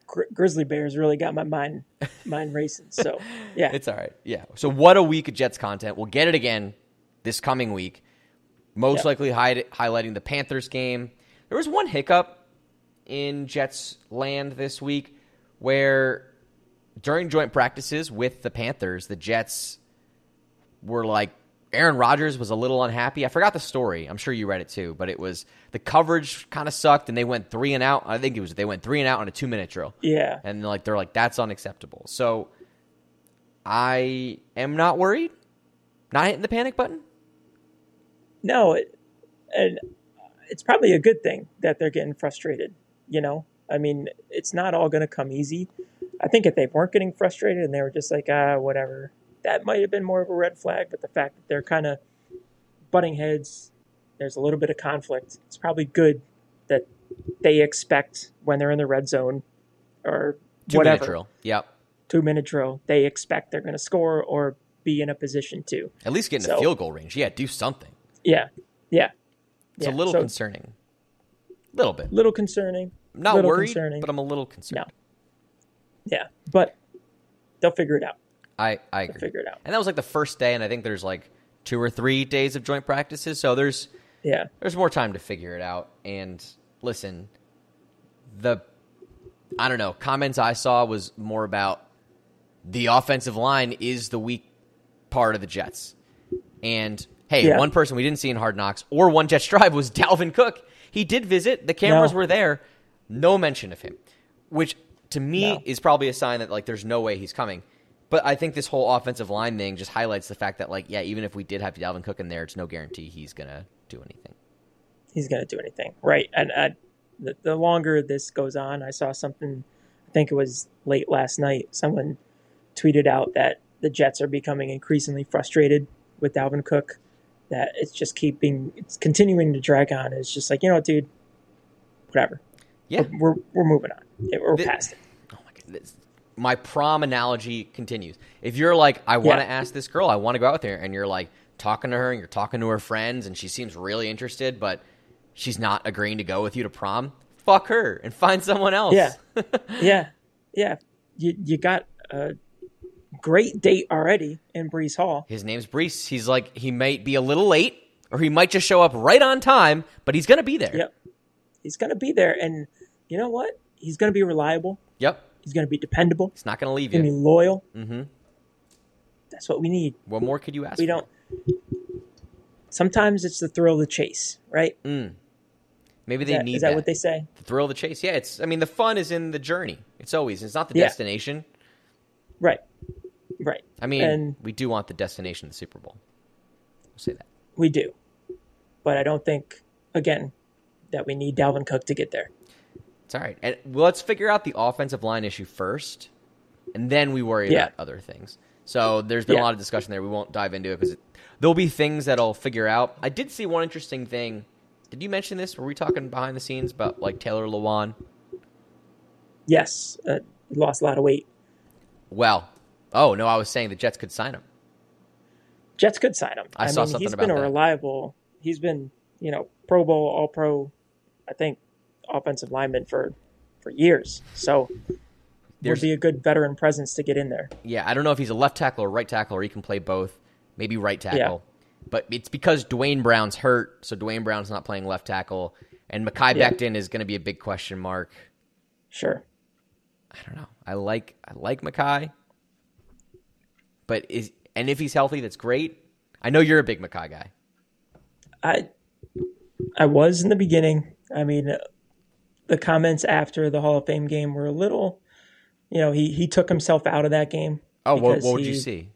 Speaker 3: Gri- grizzly bears really got my mind mind racing. So yeah,
Speaker 2: It's all right. Yeah. So what a week of Jets content. We'll get it again this coming week. Most
Speaker 3: Yep.
Speaker 2: likely hide, highlighting the Panthers game. There was one hiccup in Jets land this week where during joint practices with the Panthers, the Jets were like Aaron Rodgers was a little unhappy. I forgot the story. I'm sure you read it too, but it was the coverage kind of sucked and they went 3 and out. I think it was they went 3 and out on a 2-minute drill
Speaker 3: yeah.
Speaker 2: and like they're like that's unacceptable. So I am not worried, not hitting the panic button.
Speaker 3: No, it, and it's probably a good thing that they're getting frustrated. You know, I mean, it's not all going to come easy. I think if they weren't getting frustrated and they were just like, ah, whatever, that might have been more of a red flag. But the fact that they're kind of butting heads, there's a little bit of conflict. It's probably good that they expect when they're in the red zone or
Speaker 2: Two minute
Speaker 3: whatever
Speaker 2: drill. Yep.
Speaker 3: two minute drill, they expect they're going to score or be in a position to.
Speaker 2: At least get in the
Speaker 3: So-
Speaker 2: field goal range. Yeah, do something.
Speaker 3: Yeah, yeah.
Speaker 2: It's a
Speaker 3: Yeah,
Speaker 2: little
Speaker 3: so
Speaker 2: concerning. little bit.
Speaker 3: little concerning.
Speaker 2: Not
Speaker 3: little
Speaker 2: worried,
Speaker 3: concerning.
Speaker 2: but I'm a little concerned.
Speaker 3: No. Yeah, but they'll figure it out.
Speaker 2: I I agree.
Speaker 3: Figure it out.
Speaker 2: And that was like the first day, and I think there's like two or three days of joint practices. So there's
Speaker 3: Yeah,
Speaker 2: there's more time to figure it out. And listen, the I don't know comments I saw was more about the offensive line is the weak part of the Jets. And hey,
Speaker 3: Yeah.
Speaker 2: one person we didn't see in Hard Knocks or one Jets drive was Dalvin Cook. He did visit. The cameras
Speaker 3: No.
Speaker 2: were there. No mention of him, which to me
Speaker 3: No.
Speaker 2: is probably a sign that like there's no way he's coming. But I think this whole offensive line thing just highlights the fact that like yeah, even if we did have Dalvin Cook in there, it's no guarantee he's gonna do anything.
Speaker 3: he's going to do anything, right? And I, the, the longer this goes on, I saw something. I think it was late last night. Someone tweeted out that the Jets are becoming increasingly frustrated with Dalvin Cook. That it's just keeping, it's continuing to drag on. It's just like you know, what, dude, whatever.
Speaker 2: Yeah.
Speaker 3: we're we're moving on. We're
Speaker 2: The-
Speaker 3: past it.
Speaker 2: Oh my goodness. My prom analogy continues. If you're like, I want to
Speaker 3: Yeah.
Speaker 2: ask this girl, I want to go out with her, and you're like talking to her and you're talking to her friends, and she seems really interested, but she's not agreeing to go with you to prom, fuck her and find someone else.
Speaker 3: Yeah. Yeah, yeah. You you got a great date already in Brees Hall.
Speaker 2: His name's Brees. He's like, he might be a little late or he might just show up right on time, but he's going to be there.
Speaker 3: Yep, he's going to be there, and you know what? He's going to be reliable.
Speaker 2: Yep.
Speaker 3: He's going to be dependable.
Speaker 2: He's not going to leave
Speaker 3: He's going to
Speaker 2: you.
Speaker 3: be loyal.
Speaker 2: Mm-hmm.
Speaker 3: That's what we need.
Speaker 2: What more could you ask?
Speaker 3: We
Speaker 2: for?
Speaker 3: don't. Sometimes it's the thrill of the chase, right? Is
Speaker 2: Maybe they
Speaker 3: that-
Speaker 2: need
Speaker 3: is that, what they say?
Speaker 2: the thrill of the chase. Yeah, it's. I mean, the fun is in the journey. It's always. It's not the
Speaker 3: Yeah.
Speaker 2: destination.
Speaker 3: Right, right.
Speaker 2: I mean,
Speaker 3: And-
Speaker 2: we do want the destination of the Super Bowl. We'll say that.
Speaker 3: We do, but I don't think again that we need Dalvin Cook to get there.
Speaker 2: It's all right. And well, let's figure out the offensive line issue first, and then we worry
Speaker 3: Yeah.
Speaker 2: about other things. So there's been a
Speaker 3: Yeah.
Speaker 2: lot of discussion there. We won't dive into it because there'll be things that I'll figure out. I did see one interesting thing. Did you mention this? Were we talking behind the scenes about like Taylor Lewan?
Speaker 3: Yes, uh, he lost a lot of weight.
Speaker 2: Well, oh no, I was saying the Jets could sign him.
Speaker 3: Jets could sign him.
Speaker 2: I saw something
Speaker 3: he's
Speaker 2: about
Speaker 3: been a
Speaker 2: that.
Speaker 3: reliable. He's been, you know, Pro Bowl, All Pro, I think, offensive lineman for for years. So
Speaker 2: There's-
Speaker 3: there'd be a good veteran presence to get in there.
Speaker 2: Yeah, I don't know if he's a left tackle or right tackle, or he can play both. Maybe right tackle. But it's because Dwayne Brown's hurt, so Dwayne Brown's not playing left tackle. And Makai
Speaker 3: Yeah.
Speaker 2: Becton is going to be a big question mark.
Speaker 3: Sure.
Speaker 2: I don't know. I like I like Makai, but is and if he's healthy, that's great. I know you're a big Makai guy.
Speaker 3: I I was in the beginning. I mean, uh, the comments after the Hall of Fame game were a little, you know, he he took himself out of that game.
Speaker 2: Oh, what,
Speaker 3: because
Speaker 2: what would you
Speaker 3: he-
Speaker 2: see?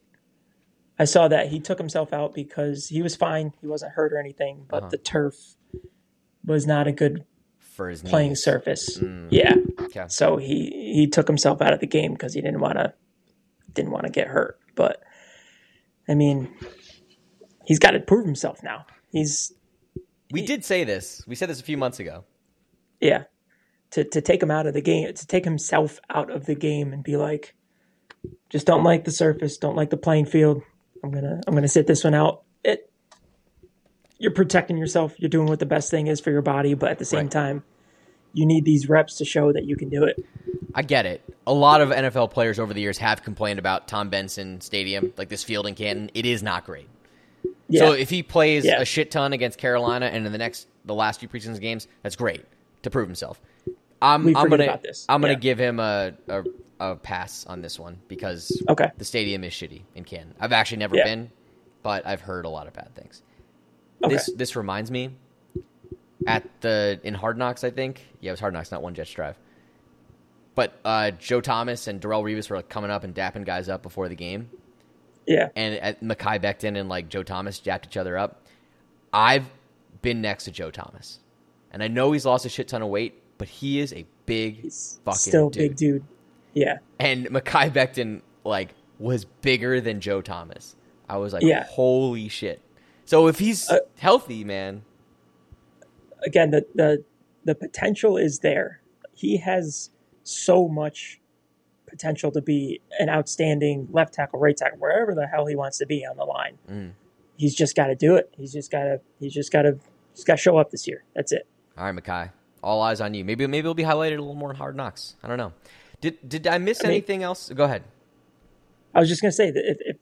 Speaker 3: I saw that he took himself out because he was fine. He wasn't hurt or anything, but
Speaker 2: Uh-huh.
Speaker 3: the turf was not a good
Speaker 2: For his
Speaker 3: playing
Speaker 2: knees?
Speaker 3: surface. Yeah.
Speaker 2: Mm. Okay.
Speaker 3: So he he took himself out of the game because he didn't want to didn't want to get hurt. But I mean, he's got to prove himself now. He's
Speaker 2: We did say this. We said this a few months ago.
Speaker 3: yeah. to to take him out of the game, to take himself out of the game, and be like, just don't like the surface, don't like the playing field. I'm gonna I'm gonna sit this one out. It you're protecting yourself. You're doing what the best thing is for your body, but at the same
Speaker 2: Right.
Speaker 3: time, you need these reps to show that you can do it.
Speaker 2: I get it. A lot of NFL players over the years have complained about Tom Benson Stadium, like this field in Canton. It is not great.
Speaker 3: Yeah.
Speaker 2: So if he plays
Speaker 3: Yeah.
Speaker 2: a shit ton against Carolina and in the next the last few preseason games, that's great to prove himself. I'm,
Speaker 3: We
Speaker 2: I'm
Speaker 3: forget
Speaker 2: gonna
Speaker 3: about this.
Speaker 2: I'm gonna
Speaker 3: Yeah.
Speaker 2: give him a, a a pass on this one because
Speaker 3: Okay.
Speaker 2: the stadium is shitty in Canton. I've actually never
Speaker 3: Yeah.
Speaker 2: been, but I've heard a lot of bad things.
Speaker 3: Okay.
Speaker 2: This this reminds me at the in Hard Knocks, I think. Yeah, it was Hard Knocks, not One Jets Drive. But uh, Joe Thomas and Darrell Revis were like coming up and dapping guys up before the game,
Speaker 3: yeah.
Speaker 2: and at Makai Becton and like Joe Thomas jacked each other up. I've been next to Joe Thomas, and I know he's lost a shit ton of weight, but he is a big
Speaker 3: He's
Speaker 2: fucking
Speaker 3: still
Speaker 2: dude.
Speaker 3: big dude. Yeah.
Speaker 2: And Makai Becton like was bigger than Joe Thomas. I was like,
Speaker 3: Yeah.
Speaker 2: holy shit! So if he's
Speaker 3: Uh,
Speaker 2: healthy, man,
Speaker 3: again the the the potential is there. He has so much potential to be an outstanding left tackle, right tackle, wherever the hell he wants to be on the line.
Speaker 2: Mm.
Speaker 3: He's just got to do it. He's just got to. He's just got to. He's got to show up this year. That's it.
Speaker 2: All right, Makai. All eyes on you. Maybe maybe it'll be highlighted a little more in Hard Knocks. I don't know. Did did I miss
Speaker 3: I mean-
Speaker 2: anything else? Go ahead.
Speaker 3: I was just gonna say that if, if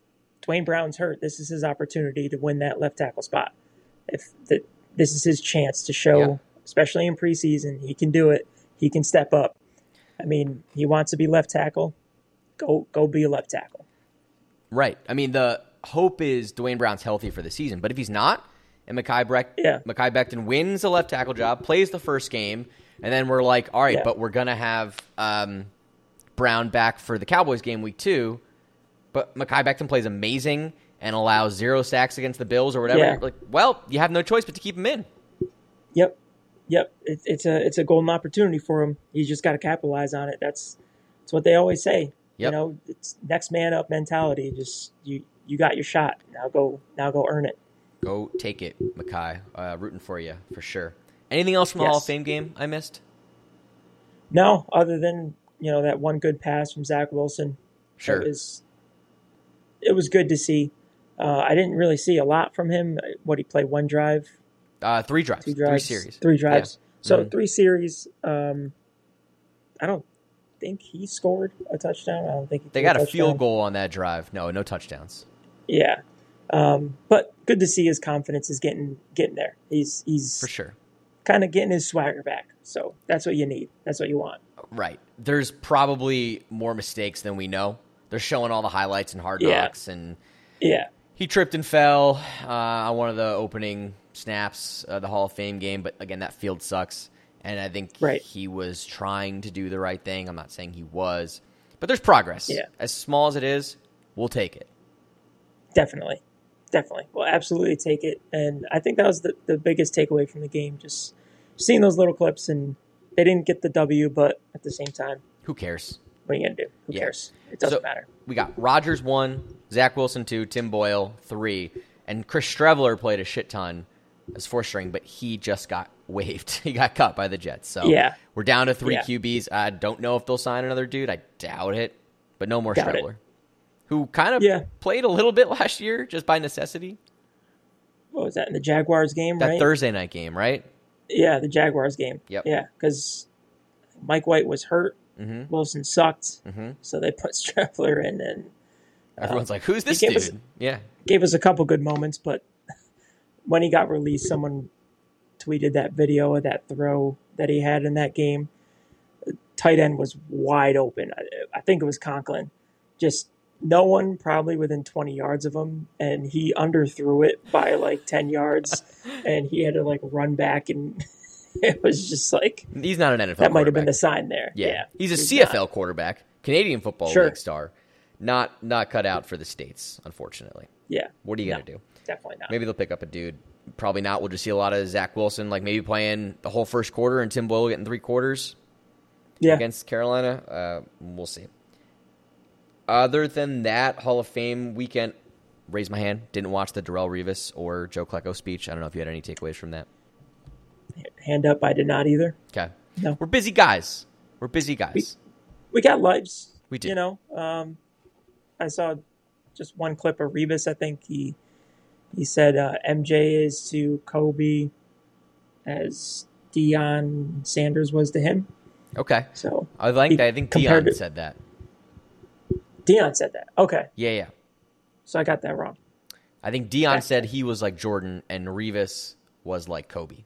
Speaker 3: Dwayne Brown's hurt, this is his opportunity to win that left tackle spot. If the, this is his chance to show,
Speaker 2: Yeah.
Speaker 3: especially in preseason, he can do it. He can step up. I mean, he wants to be left tackle. Go go be a left tackle.
Speaker 2: Right. I mean, the hope is Dwayne Brown's healthy for the season, but if he's not, and Makai Breck,
Speaker 3: Yeah.
Speaker 2: Makai Becton wins the left tackle job, plays the first game, and then we're like, all right,
Speaker 3: Yeah.
Speaker 2: but we're gonna have um, Brown back for the Cowboys game week two. But Makai Becton plays amazing and allows zero sacks against the Bills or whatever.
Speaker 3: Yeah.
Speaker 2: You're like, well, you have no choice but to keep him in.
Speaker 3: Yep, yep. It, it's a it's a golden opportunity for him. You just got to capitalize on it. That's that's what they always say. You
Speaker 2: Yep.
Speaker 3: know, it's next man up mentality. Just you you got your shot. Now go now go earn it.
Speaker 2: Go take it, Makai. Uh, rooting for you for sure. Anything else from the Hall of
Speaker 3: Yes.
Speaker 2: Fame game I missed?
Speaker 3: No, other than you know that one good pass from Zach Wilson.
Speaker 2: Sure.
Speaker 3: It was it was good to see. Uh, I didn't really see a lot from him. What he played one drive,
Speaker 2: Uh, three drives,
Speaker 3: two drives,
Speaker 2: three series,
Speaker 3: three drives. So
Speaker 2: Mhm.
Speaker 3: three series. Um, I don't think he scored a touchdown. I don't think he
Speaker 2: They
Speaker 3: threw
Speaker 2: got a field
Speaker 3: touchdown.
Speaker 2: goal on that drive. No, no touchdowns.
Speaker 3: Yeah. Um, but good to see his confidence is getting getting there. He's he's
Speaker 2: For sure.
Speaker 3: kind of getting his swagger back. So that's what you need. That's what you want.
Speaker 2: Right. There's probably more mistakes than we know. They're showing all the highlights and hard
Speaker 3: Yeah.
Speaker 2: knocks, and
Speaker 3: Yeah.
Speaker 2: he tripped and fell uh, on one of the opening snaps, uh, the Hall of Fame game. But again, that field sucks, and I think
Speaker 3: Right.
Speaker 2: he was trying to do the right thing. I'm not saying he was, but there's progress.
Speaker 3: Yeah.
Speaker 2: As small as it is, we'll take it.
Speaker 3: Definitely. Definitely. Well, absolutely take it. And I think that was the, the biggest takeaway from the game, just seeing those little clips and they didn't get the W, but at the same time,
Speaker 2: Who cares?
Speaker 3: what are you gonna do? Who
Speaker 2: Yeah.
Speaker 3: cares? It doesn't
Speaker 2: So-
Speaker 3: matter.
Speaker 2: we got Rogers one, Zach Wilson two, Tim Boyle three, and Chris Streveler played a shit ton as four string, but he just got waived. he got cut by the Jets. So
Speaker 3: Yeah.
Speaker 2: we're down to three
Speaker 3: Yeah.
Speaker 2: QBs. I don't know if they'll sign another dude. I doubt it, but no more
Speaker 3: Doubt it.
Speaker 2: Streveler, who kind of
Speaker 3: Yeah.
Speaker 2: played a little bit last year just by necessity.
Speaker 3: What was that in the Jaguars game,
Speaker 2: That
Speaker 3: right? Uh-huh.
Speaker 2: Thursday night game, right?
Speaker 3: Yeah, the Jaguars game.
Speaker 2: Yep.
Speaker 3: Yeah, because Mike White was hurt.
Speaker 2: Mhm.
Speaker 3: Wilson sucked.
Speaker 2: Mhm.
Speaker 3: So they put Streffler in and
Speaker 2: Everyone's like, "Who's this
Speaker 3: gave
Speaker 2: dude?"
Speaker 3: us-
Speaker 2: yeah,
Speaker 3: gave us a couple good moments. But when he got released, someone tweeted that video of that throw that he had in that game. Tight end was wide open. I, I think it was Conklin. Just no one probably within 20 yards of him. And he underthrew it by like 10 yards. and he had to like run back. And it was just like,
Speaker 2: he's not an NFL.
Speaker 3: that might
Speaker 2: quarterback.
Speaker 3: have been the sign there.
Speaker 2: Yeah.
Speaker 3: Yeah,
Speaker 2: He's a
Speaker 3: not.
Speaker 2: CFL quarterback, Canadian Football
Speaker 3: Sure.
Speaker 2: League star. Not not cut out for the states, unfortunately.
Speaker 3: Yeah,
Speaker 2: What are you
Speaker 3: No.
Speaker 2: gonna do?
Speaker 3: definitely not.
Speaker 2: Maybe they'll pick up a dude. Probably not. We'll just see a lot of Zach Wilson, like maybe playing the whole first quarter and Tim Boyle getting three quarters
Speaker 3: yeah,
Speaker 2: against Carolina. Uh, we'll see. Other than that, Hall of Fame weekend. Raise my hand. Didn't watch the Darrell Revis or Joe Klecko speech. I don't know if you had any takeaways from that.
Speaker 3: hand up. I did not either.
Speaker 2: Okay.
Speaker 3: No.
Speaker 2: We're busy guys. We're busy guys.
Speaker 3: we got lives.
Speaker 2: We do.
Speaker 3: You know, um, I saw just one clip of Rebus. I think he he said uh, MJ is to Kobe as Dion Sanders was to him.
Speaker 2: Okay.
Speaker 3: So
Speaker 2: I like
Speaker 3: He
Speaker 2: that. I think
Speaker 3: compared
Speaker 2: Dion
Speaker 3: it-
Speaker 2: said that.
Speaker 3: Dion said that. Okay,
Speaker 2: Yeah, yeah.
Speaker 3: so I got that wrong.
Speaker 2: I think Dion
Speaker 3: Yeah.
Speaker 2: said he was like Jordan and Revis was like Kobe.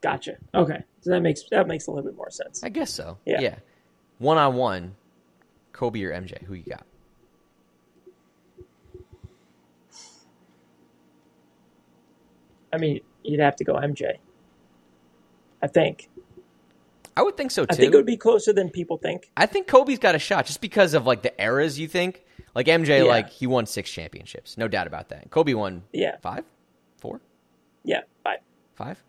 Speaker 3: Gotcha. Okay, so that makes that makes a little bit more sense.
Speaker 2: I guess so.
Speaker 3: Yeah.
Speaker 2: Yeah. One on one, Kobe or MJ, who you got?
Speaker 3: I mean, you'd have to go MJ. I think.
Speaker 2: I would think so too.
Speaker 3: I think it would be closer than people think.
Speaker 2: I think Kobe's got a shot just because of like the eras you think. Like MJ,
Speaker 3: Yeah.
Speaker 2: like he won six championships, no doubt about that. Kobe won
Speaker 3: Yeah.
Speaker 2: five, four,
Speaker 3: Yeah. But
Speaker 2: five,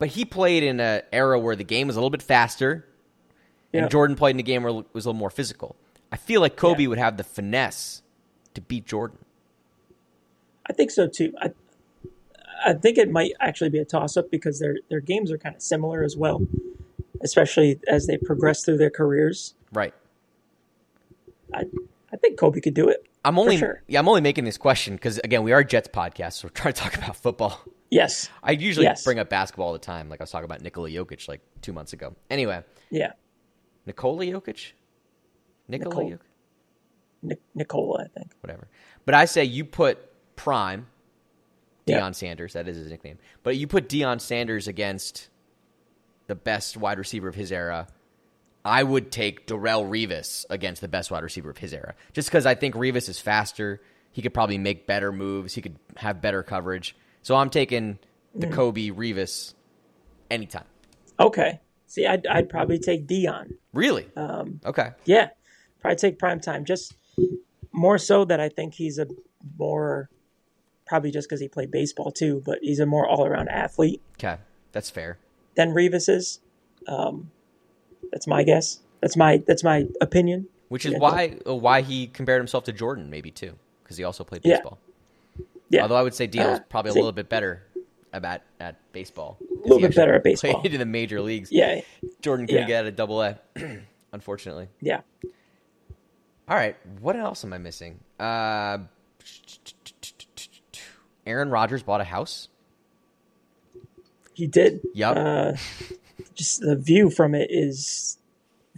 Speaker 2: but he played in an era where the game was a little bit faster,
Speaker 3: Yeah.
Speaker 2: and Jordan played in a game where it was a little more physical. I feel like Kobe
Speaker 3: Yeah.
Speaker 2: would have the finesse to beat Jordan.
Speaker 3: I think so too. I I think it might actually be a toss up because their their games are kind of similar as well, especially as they progress through their careers.
Speaker 2: Right.
Speaker 3: I I think Kobe could do it.
Speaker 2: I'm only
Speaker 3: sure.
Speaker 2: yeah, I'm only making this question because again, we are a Jets podcast, so we're trying to talk about football.
Speaker 3: Yes.
Speaker 2: I usually
Speaker 3: Yes.
Speaker 2: bring up basketball all the time, like I was talking about Nikola Jokic like two months ago. Anyway,
Speaker 3: Yeah.
Speaker 2: Nikola Jokic, Nikola
Speaker 3: Nicole.
Speaker 2: Jokic,
Speaker 3: Nic- Nicola, I think.
Speaker 2: whatever. But I say you put Prime
Speaker 3: Yeah.
Speaker 2: Deion Sanders. That is his nickname. But you put Deion Sanders against the best wide receiver of his era. I would take Darrell Revis against the best wide receiver of his era, just because I think Revis is faster. He could probably make better moves. He could have better coverage. So I'm taking
Speaker 3: Hmm.
Speaker 2: the Kobe Revis anytime.
Speaker 3: Okay. See, I'd I'd probably take Dion.
Speaker 2: Really?
Speaker 3: Um,
Speaker 2: okay.
Speaker 3: yeah, probably take prime time. Just more so that I think he's a more probably just because he played baseball too, but he's a more all around athlete
Speaker 2: Okay. That's fair.
Speaker 3: than Revis is. Um, that's my guess. That's my that's my opinion.
Speaker 2: Which is
Speaker 3: Yeah.
Speaker 2: why uh, why he compared himself to Jordan, maybe too, because he also played
Speaker 3: Yeah.
Speaker 2: baseball.
Speaker 3: Yeah,
Speaker 2: Although I would say Dion's
Speaker 3: Uh,
Speaker 2: probably a
Speaker 3: see-
Speaker 2: little bit better about at baseball. A
Speaker 3: little bit better at baseball.
Speaker 2: Played in the major leagues.
Speaker 3: yeah,
Speaker 2: Jordan couldn't
Speaker 3: Yeah.
Speaker 2: get out of double A, unfortunately.
Speaker 3: yeah.
Speaker 2: All right, what else am I missing? Uh, Aaron Rodgers bought a house.
Speaker 3: He did.
Speaker 2: Yup.
Speaker 3: Uh, just the view from it is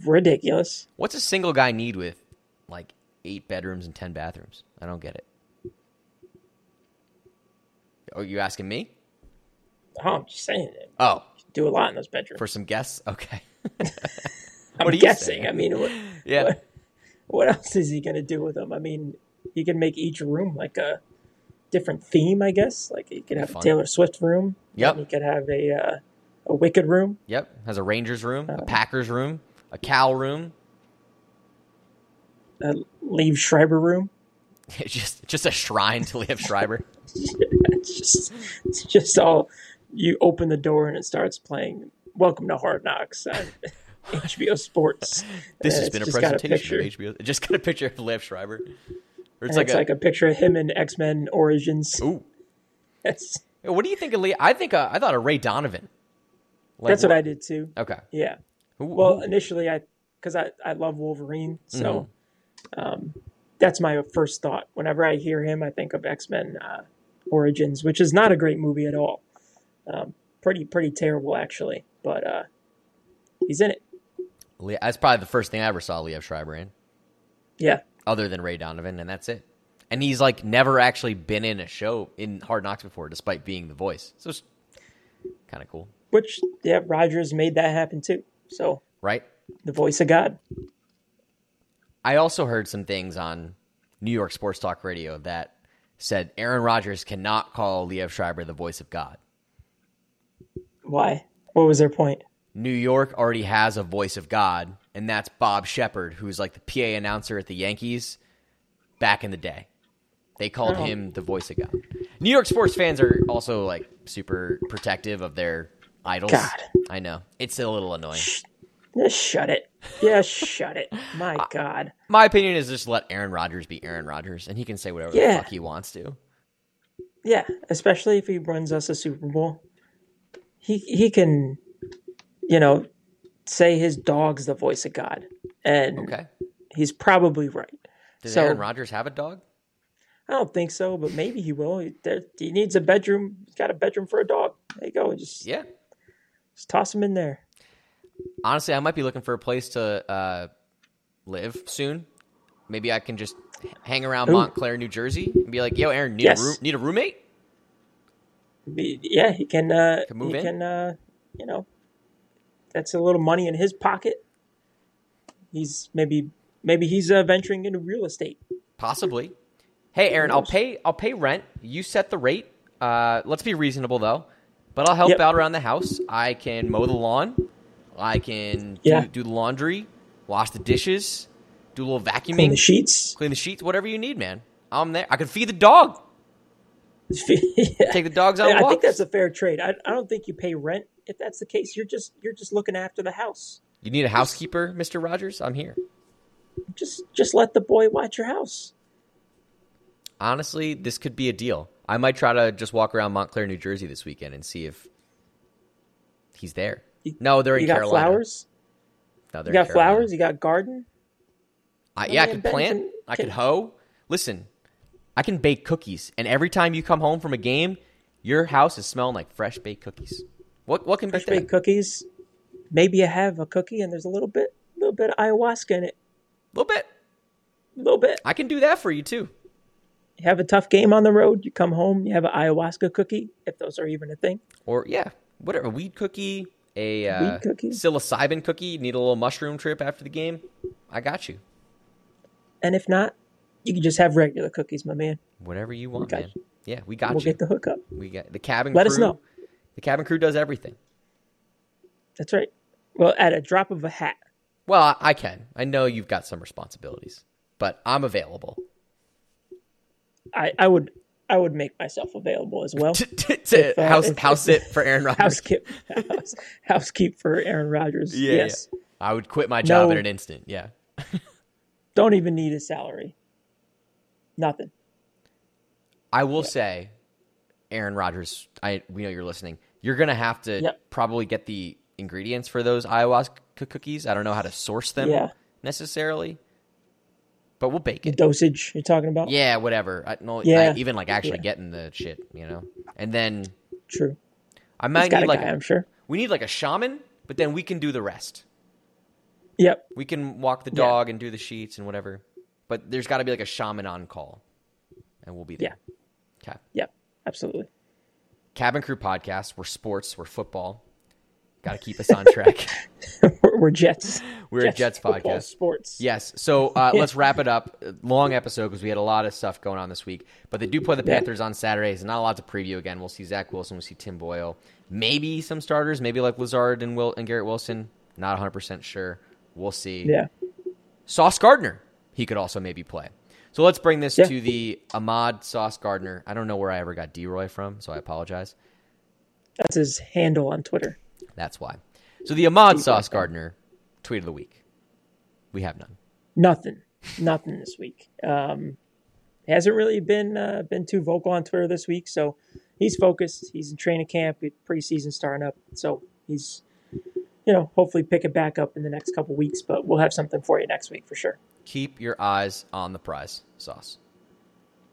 Speaker 3: ridiculous.
Speaker 2: What's a single guy need with like eight bedrooms and ten bathrooms? I don't get it. Are you asking me?
Speaker 3: Oh, I'm just saying, it.
Speaker 2: Oh,
Speaker 3: do a lot in those bedrooms.
Speaker 2: for some guests. Okay.
Speaker 3: I'm
Speaker 2: what do you
Speaker 3: guessing.
Speaker 2: say?
Speaker 3: I mean, what,
Speaker 2: Yeah.
Speaker 3: What, what else is he gonna do with them? I mean, he can make each room like a different theme, I guess. Like he could have
Speaker 2: Fun.
Speaker 3: a Taylor Swift room.
Speaker 2: Yep.
Speaker 3: He could have a uh, a Wicked room.
Speaker 2: Yep. Has a Rangers room, a Packers room, a Cal room.
Speaker 3: a Leave Schreiber room.
Speaker 2: just just a shrine to Liv Schreiber.
Speaker 3: it's just it's just all you open the door and it starts playing Welcome to Hard Knocks uh, on HBO Sports.
Speaker 2: This
Speaker 3: And
Speaker 2: has
Speaker 3: it's
Speaker 2: been a
Speaker 3: just got
Speaker 2: presentation of
Speaker 3: picture.
Speaker 2: HBO. It Just got a picture of Liv Schreiber. Or
Speaker 3: And
Speaker 2: it's like,
Speaker 3: it's
Speaker 2: a,
Speaker 3: like a picture of him in X Men Origins.
Speaker 2: ooh.
Speaker 3: That's,
Speaker 2: What do you think of Lee? I think uh, I thought of Ray Donovan. Like,
Speaker 3: that's what I did too.
Speaker 2: Okay.
Speaker 3: Yeah.
Speaker 2: Who,
Speaker 3: Well,
Speaker 2: who-
Speaker 3: initially I because I, I love Wolverine, so
Speaker 2: Mm-hmm.
Speaker 3: um, that's my first thought. Whenever I hear him, I think of X Men uh, Origins, which is not a great movie at all. Um, pretty pretty terrible actually, but uh, he's in it.
Speaker 2: Lee- that's probably the first thing I ever saw Liev Schreiber in,
Speaker 3: Yeah,
Speaker 2: other than Ray Donovan, and that's it. And he's like never actually been in a show in Hard Knocks before, despite being the voice. So it's kind of cool,
Speaker 3: which yeah, Rogers made that happen too. So
Speaker 2: right?
Speaker 3: the voice of God.
Speaker 2: I also heard some things on New York Sports Talk Radio that said Aaron Rodgers cannot call Liev Schreiber the voice of God.
Speaker 3: Why? What was their point?
Speaker 2: New York already has a voice of God, and that's Bob Shepard, who's like the PA announcer at the Yankees back in the day. They called
Speaker 3: Oh.
Speaker 2: him the voice of God. New York sports fans are also like super protective of their idols.
Speaker 3: God.
Speaker 2: I know. It's a little annoying.
Speaker 3: Just Eh, shut it. Yeah, shut it. My God.
Speaker 2: My opinion is just let Aaron Rodgers be Aaron Rodgers, and he can say whatever the
Speaker 3: Yeah.
Speaker 2: fuck he wants to.
Speaker 3: Yeah, especially if he wins us a Super Bowl. He he can, you know, say his dog's the voice of God, and
Speaker 2: Okay.
Speaker 3: he's probably right.
Speaker 2: Does
Speaker 3: So-
Speaker 2: Aaron Rodgers have a dog?
Speaker 3: I don't think so, but maybe he will. He, there, he needs a bedroom. He's got a bedroom for a dog. There you go. Just,
Speaker 2: Yeah.
Speaker 3: just toss him in there.
Speaker 2: Honestly, I might be looking for a place to uh, live soon. Maybe I can just h- hang around
Speaker 3: Ooh.
Speaker 2: Montclair, New Jersey, and be like, "Yo, Aaron, need
Speaker 3: Yes.
Speaker 2: a room? Need a roommate?
Speaker 3: Be- Yeah, he can. Uh,
Speaker 2: Can move
Speaker 3: he
Speaker 2: in?
Speaker 3: can. Uh, you know, that's a little money in his pocket. He's maybe maybe he's uh, venturing into real estate.
Speaker 2: Possibly. Hey, Aaron, I'll pay. I'll pay rent. You set the rate. Uh, let's be reasonable though. But I'll help
Speaker 3: Yep.
Speaker 2: out around the house. I can mow the lawn. I can
Speaker 3: Yeah.
Speaker 2: do, do the laundry, wash the dishes, do a little vacuuming,
Speaker 3: Clean the sheets.
Speaker 2: clean the sheets, whatever you need, man. I'm there. I can feed the dog.
Speaker 3: Yeah.
Speaker 2: Take the dogs out.
Speaker 3: Yeah, I
Speaker 2: walks.
Speaker 3: think that's a fair trade. I, I don't think you pay rent if that's the case. You're just you're just looking after the house.
Speaker 2: You need a housekeeper, Mr. Rogers? I'm here.
Speaker 3: Just just let the boy watch your house.
Speaker 2: Honestly, this could be a deal. I might try to just walk around Montclair, New Jersey this weekend and see if he's there.
Speaker 3: You-
Speaker 2: No, they're in
Speaker 3: You got
Speaker 2: Carolina.
Speaker 3: flowers.
Speaker 2: No, they're
Speaker 3: You
Speaker 2: in
Speaker 3: got
Speaker 2: Carolina.
Speaker 3: flowers. You got garden.
Speaker 2: I, yeah, I
Speaker 3: man,
Speaker 2: could
Speaker 3: Ben
Speaker 2: plant.
Speaker 3: can-
Speaker 2: I could
Speaker 3: can-
Speaker 2: hoe. Listen, I can bake cookies, and every time you come home from a game, your house is smelling like fresh baked cookies. What what can
Speaker 3: Fresh
Speaker 2: be that?
Speaker 3: baked cookies. Maybe you have a cookie and there's a little bit little bit of ayahuasca in it.
Speaker 2: little bit.
Speaker 3: A little bit.
Speaker 2: I can do that for you too.
Speaker 3: You have a tough game on the road. You come home. You have an ayahuasca cookie, if those are even a thing.
Speaker 2: Or yeah, whatever. A weed cookie, a uh,
Speaker 3: cookie?
Speaker 2: psilocybin cookie. You Need a little mushroom trip after the game. I got you.
Speaker 3: And if not, you can just have regular cookies, my man.
Speaker 2: Whatever you want,
Speaker 3: got
Speaker 2: man. Yeah, we got
Speaker 3: We'll
Speaker 2: you.
Speaker 3: get the hookup.
Speaker 2: we got the cabin.
Speaker 3: Let
Speaker 2: crew,
Speaker 3: us know.
Speaker 2: The cabin crew does everything.
Speaker 3: That's right. Well, at a drop of a hat.
Speaker 2: Well, I, I can. I know you've got some responsibilities, but I'm available.
Speaker 3: I, I would I would make myself available as well.
Speaker 2: to, to, to
Speaker 3: uh,
Speaker 2: house
Speaker 3: if-
Speaker 2: house it for Aaron Rodgers.
Speaker 3: Housekeep, house, housekeep for Aaron Rodgers.
Speaker 2: Yeah,
Speaker 3: yes,
Speaker 2: yeah. I would quit my job
Speaker 3: No.
Speaker 2: in an instant. Yeah.
Speaker 3: don't even need a salary. Nothing.
Speaker 2: I will say, Aaron Rodgers, I we know you're listening. You're gonna have to
Speaker 3: Yep.
Speaker 2: probably get the ingredients for those ayahuasca cookies. I don't know how to source them
Speaker 3: Yeah.
Speaker 2: necessarily, but we'll bake it.
Speaker 3: Dosage you're talking about?
Speaker 2: Yeah, whatever. I, no,
Speaker 3: Yeah.
Speaker 2: I- even like actually
Speaker 3: Yeah.
Speaker 2: getting the shit, you know. And then
Speaker 3: True.
Speaker 2: I
Speaker 3: He's
Speaker 2: might
Speaker 3: got
Speaker 2: need
Speaker 3: a
Speaker 2: like
Speaker 3: guy,
Speaker 2: a-
Speaker 3: I'm sure.
Speaker 2: we need like a shaman, but then we can do the rest.
Speaker 3: Yep.
Speaker 2: We can walk the dog and do the sheets and whatever. But there's got to be like a shaman on call, and we'll be there. Okay.
Speaker 3: Yep. Absolutely.
Speaker 2: Cabin Crew podcast. We're sports. We're football. Got to keep us on track.
Speaker 3: we're, we're Jets.
Speaker 2: We're a Jets
Speaker 3: football
Speaker 2: podcast.
Speaker 3: Sports.
Speaker 2: Yes. So uh, let's wrap it up. Long episode because we had a lot of stuff going on this week. But they do play the
Speaker 3: Yeah.
Speaker 2: Panthers on Saturdays. Not a lot to preview again. We'll see Zach Wilson. We'll see Tim Boyle. Maybe some starters. Maybe like Lazard and Will and Garrett Wilson. Not 100 percent sure. We'll see.
Speaker 3: Yeah.
Speaker 2: Sauce Gardner, he could also maybe play. So let's bring this
Speaker 3: Yeah.
Speaker 2: to the Ahmad Sauce Gardner. I don't know where I ever got D Roy from, so I apologize.
Speaker 3: That's his handle on Twitter.
Speaker 2: That's why. So the Ahmad Sauce Gardner tweet of the week. We have none.
Speaker 3: Nothing. Nothing this week. Um, hasn't really been uh, been too vocal on Twitter this week, so he's focused. He's in training camp. with Preseason starting up, so he's you know hopefully pick it back up in the next couple weeks. But we'll have something for you next week for sure.
Speaker 2: Keep your eyes on the prize, Sauce.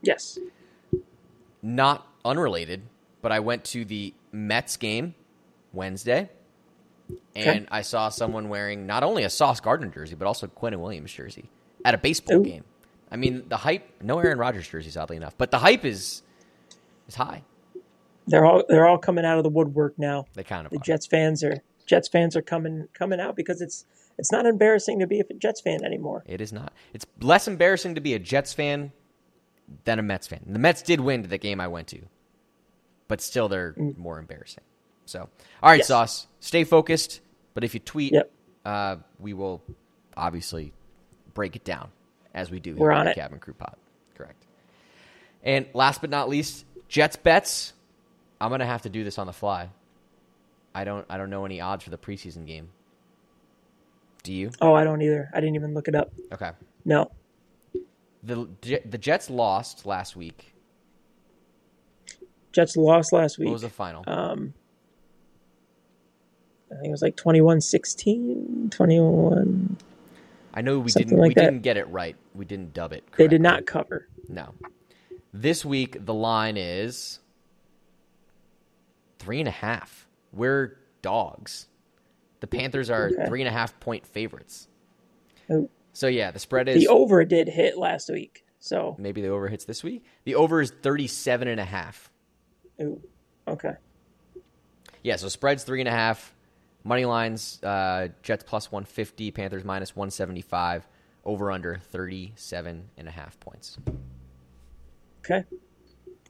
Speaker 3: Yes.
Speaker 2: Not unrelated, but I went to the Mets game Wednesday, and I saw someone wearing not only a Sauce Gardner jersey, but also a Quentin Williams jersey at a baseball
Speaker 3: Ooh.
Speaker 2: game. I mean, the hype. No Aaron Rodgers jerseys, oddly enough, but the hype is is high.
Speaker 3: They're all they're all coming out of the woodwork now.
Speaker 2: They kind of
Speaker 3: The
Speaker 2: are.
Speaker 3: Jets fans are Jets fans are coming coming out because it's it's not embarrassing to be a Jets fan anymore.
Speaker 2: It is not. It's less embarrassing to be a Jets fan than a Mets fan. The Mets did win the game I went to, but still they're more embarrassing. So, all right,
Speaker 3: Mm. Yes.
Speaker 2: Sauce, stay focused. But if you tweet,
Speaker 3: Yep.
Speaker 2: uh, we will obviously break it down as we do.
Speaker 3: We're
Speaker 2: here
Speaker 3: on
Speaker 2: the
Speaker 3: it.
Speaker 2: Cabin Crew Pod. Correct. And last but not least, Jets bets. I'm gonna have to do this on the fly. I don't. I don't know any odds for the preseason game. Do you?
Speaker 3: Oh, I don't either. I didn't even look it up.
Speaker 2: Okay.
Speaker 3: No,
Speaker 2: the Je- the Jets lost last week.
Speaker 3: Jets lost last week. Uh,
Speaker 2: What was the final?
Speaker 3: Um, uh, I think it was like 2116, 21.
Speaker 2: I know we
Speaker 3: Something
Speaker 2: didn't
Speaker 3: like
Speaker 2: we
Speaker 3: that.
Speaker 2: didn't get it right. We didn't dub it.
Speaker 3: They did
Speaker 2: correctly.
Speaker 3: not cover.
Speaker 2: No. This week the line is three and a half. We're dogs. The Panthers are
Speaker 3: Okay.
Speaker 2: three and a half point favorites.
Speaker 3: Oh.
Speaker 2: So yeah, the spread is
Speaker 3: The over did hit last week. So,
Speaker 2: maybe the over hits this week. The over is 37 and a half.
Speaker 3: ooh, oh, okay.
Speaker 2: Yeah, so spreads three and a half. Money lines, uh, Jets plus 150, Panthers minus 175, over under 37 and a half points.
Speaker 3: Okay.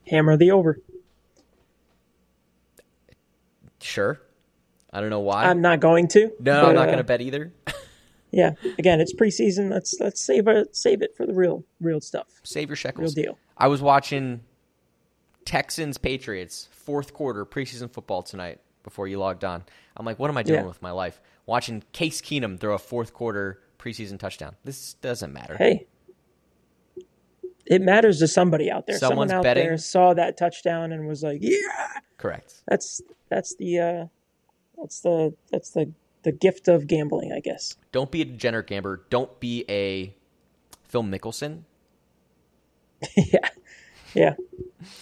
Speaker 3: Hammer the over.
Speaker 2: Sure. I don't know why.
Speaker 3: I'm not going to.
Speaker 2: no,
Speaker 3: but,
Speaker 2: I'm not
Speaker 3: uh,
Speaker 2: going to bet either.
Speaker 3: Yeah. Again, it's preseason. Let's let's save it save it for the real real stuff.
Speaker 2: Save your shekels.
Speaker 3: Real deal.
Speaker 2: I was watching Texans Patriots fourth quarter preseason football tonight before you logged on. I'm like, what am I doing
Speaker 3: Yeah.
Speaker 2: with my life? Watching Case Keenum throw a fourth quarter preseason touchdown. This doesn't matter.
Speaker 3: Hey. It matters to somebody out there.
Speaker 2: Someone's
Speaker 3: Someone out
Speaker 2: betting?
Speaker 3: there saw that touchdown and was like, "Yeah,
Speaker 2: Correct.
Speaker 3: that's that's the uh that's the that's the the gift of gambling, I guess."
Speaker 2: Don't be a degenerate gambler. Don't be a Phil Mickelson.
Speaker 3: yeah. Yeah.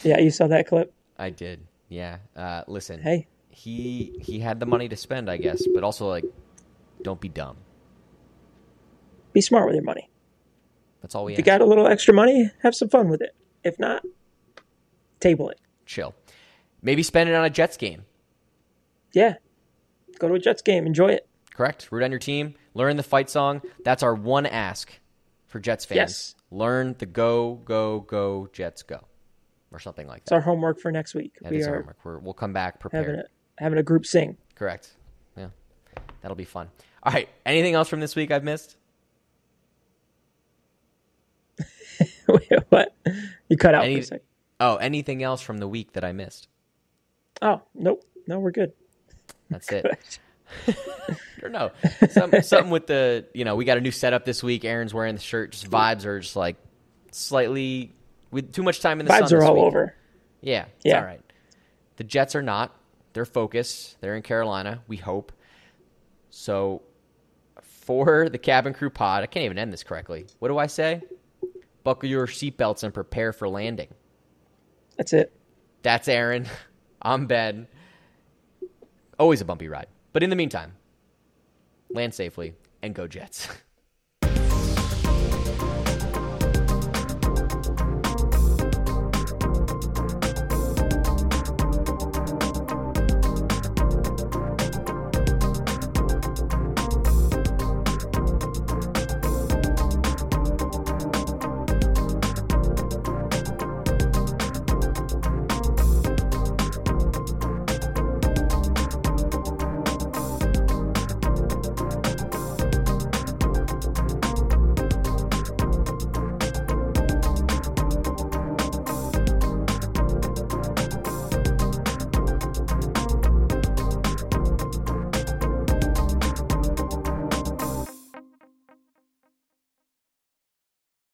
Speaker 3: Yeah, you saw that clip.
Speaker 2: I did. Yeah. Uh, listen.
Speaker 3: Hey.
Speaker 2: He he had the money to spend, I guess, but also like, don't be dumb.
Speaker 3: Be smart with your money.
Speaker 2: That's all we
Speaker 3: If you
Speaker 2: ask.
Speaker 3: got a little extra money, have some fun with it. If not, table it.
Speaker 2: Chill. Maybe spend it on a Jets game.
Speaker 3: Yeah. Go to a Jets game, enjoy it.
Speaker 2: Correct. Root on your team. Learn the fight song. That's our one ask for Jets fans.
Speaker 3: Yes.
Speaker 2: Learn the go go go Jets go, or something like
Speaker 3: It's
Speaker 2: that.
Speaker 3: our homework for next week.
Speaker 2: That
Speaker 3: we
Speaker 2: is our
Speaker 3: are
Speaker 2: homework. We're, we'll come back
Speaker 3: having
Speaker 2: prepared.
Speaker 3: a having a group sing.
Speaker 2: Correct. Yeah. That'll be fun. All right. Anything else from this week I've missed?
Speaker 3: what? You cut out
Speaker 2: Any-
Speaker 3: for a second.
Speaker 2: Oh, anything else from the week that I missed?
Speaker 3: Oh, nope. No, we're good.
Speaker 2: That's it. or no, some, something with the you know we got a new setup this week. Aaron's wearing the shirt. Just vibes are just like slightly with too much time in the sun.
Speaker 3: Vibes are
Speaker 2: this
Speaker 3: all
Speaker 2: week.
Speaker 3: over.
Speaker 2: Yeah, it's
Speaker 3: Yeah.
Speaker 2: all right. The Jets are not. They're focused. They're in Carolina. We hope. So for the cabin crew pod, I can't even end this correctly. What do I say? Buckle your seatbelts and prepare for landing.
Speaker 3: That's it.
Speaker 2: That's Aaron. I'm Ben. Always a bumpy ride. But in the meantime, land safely and go Jets.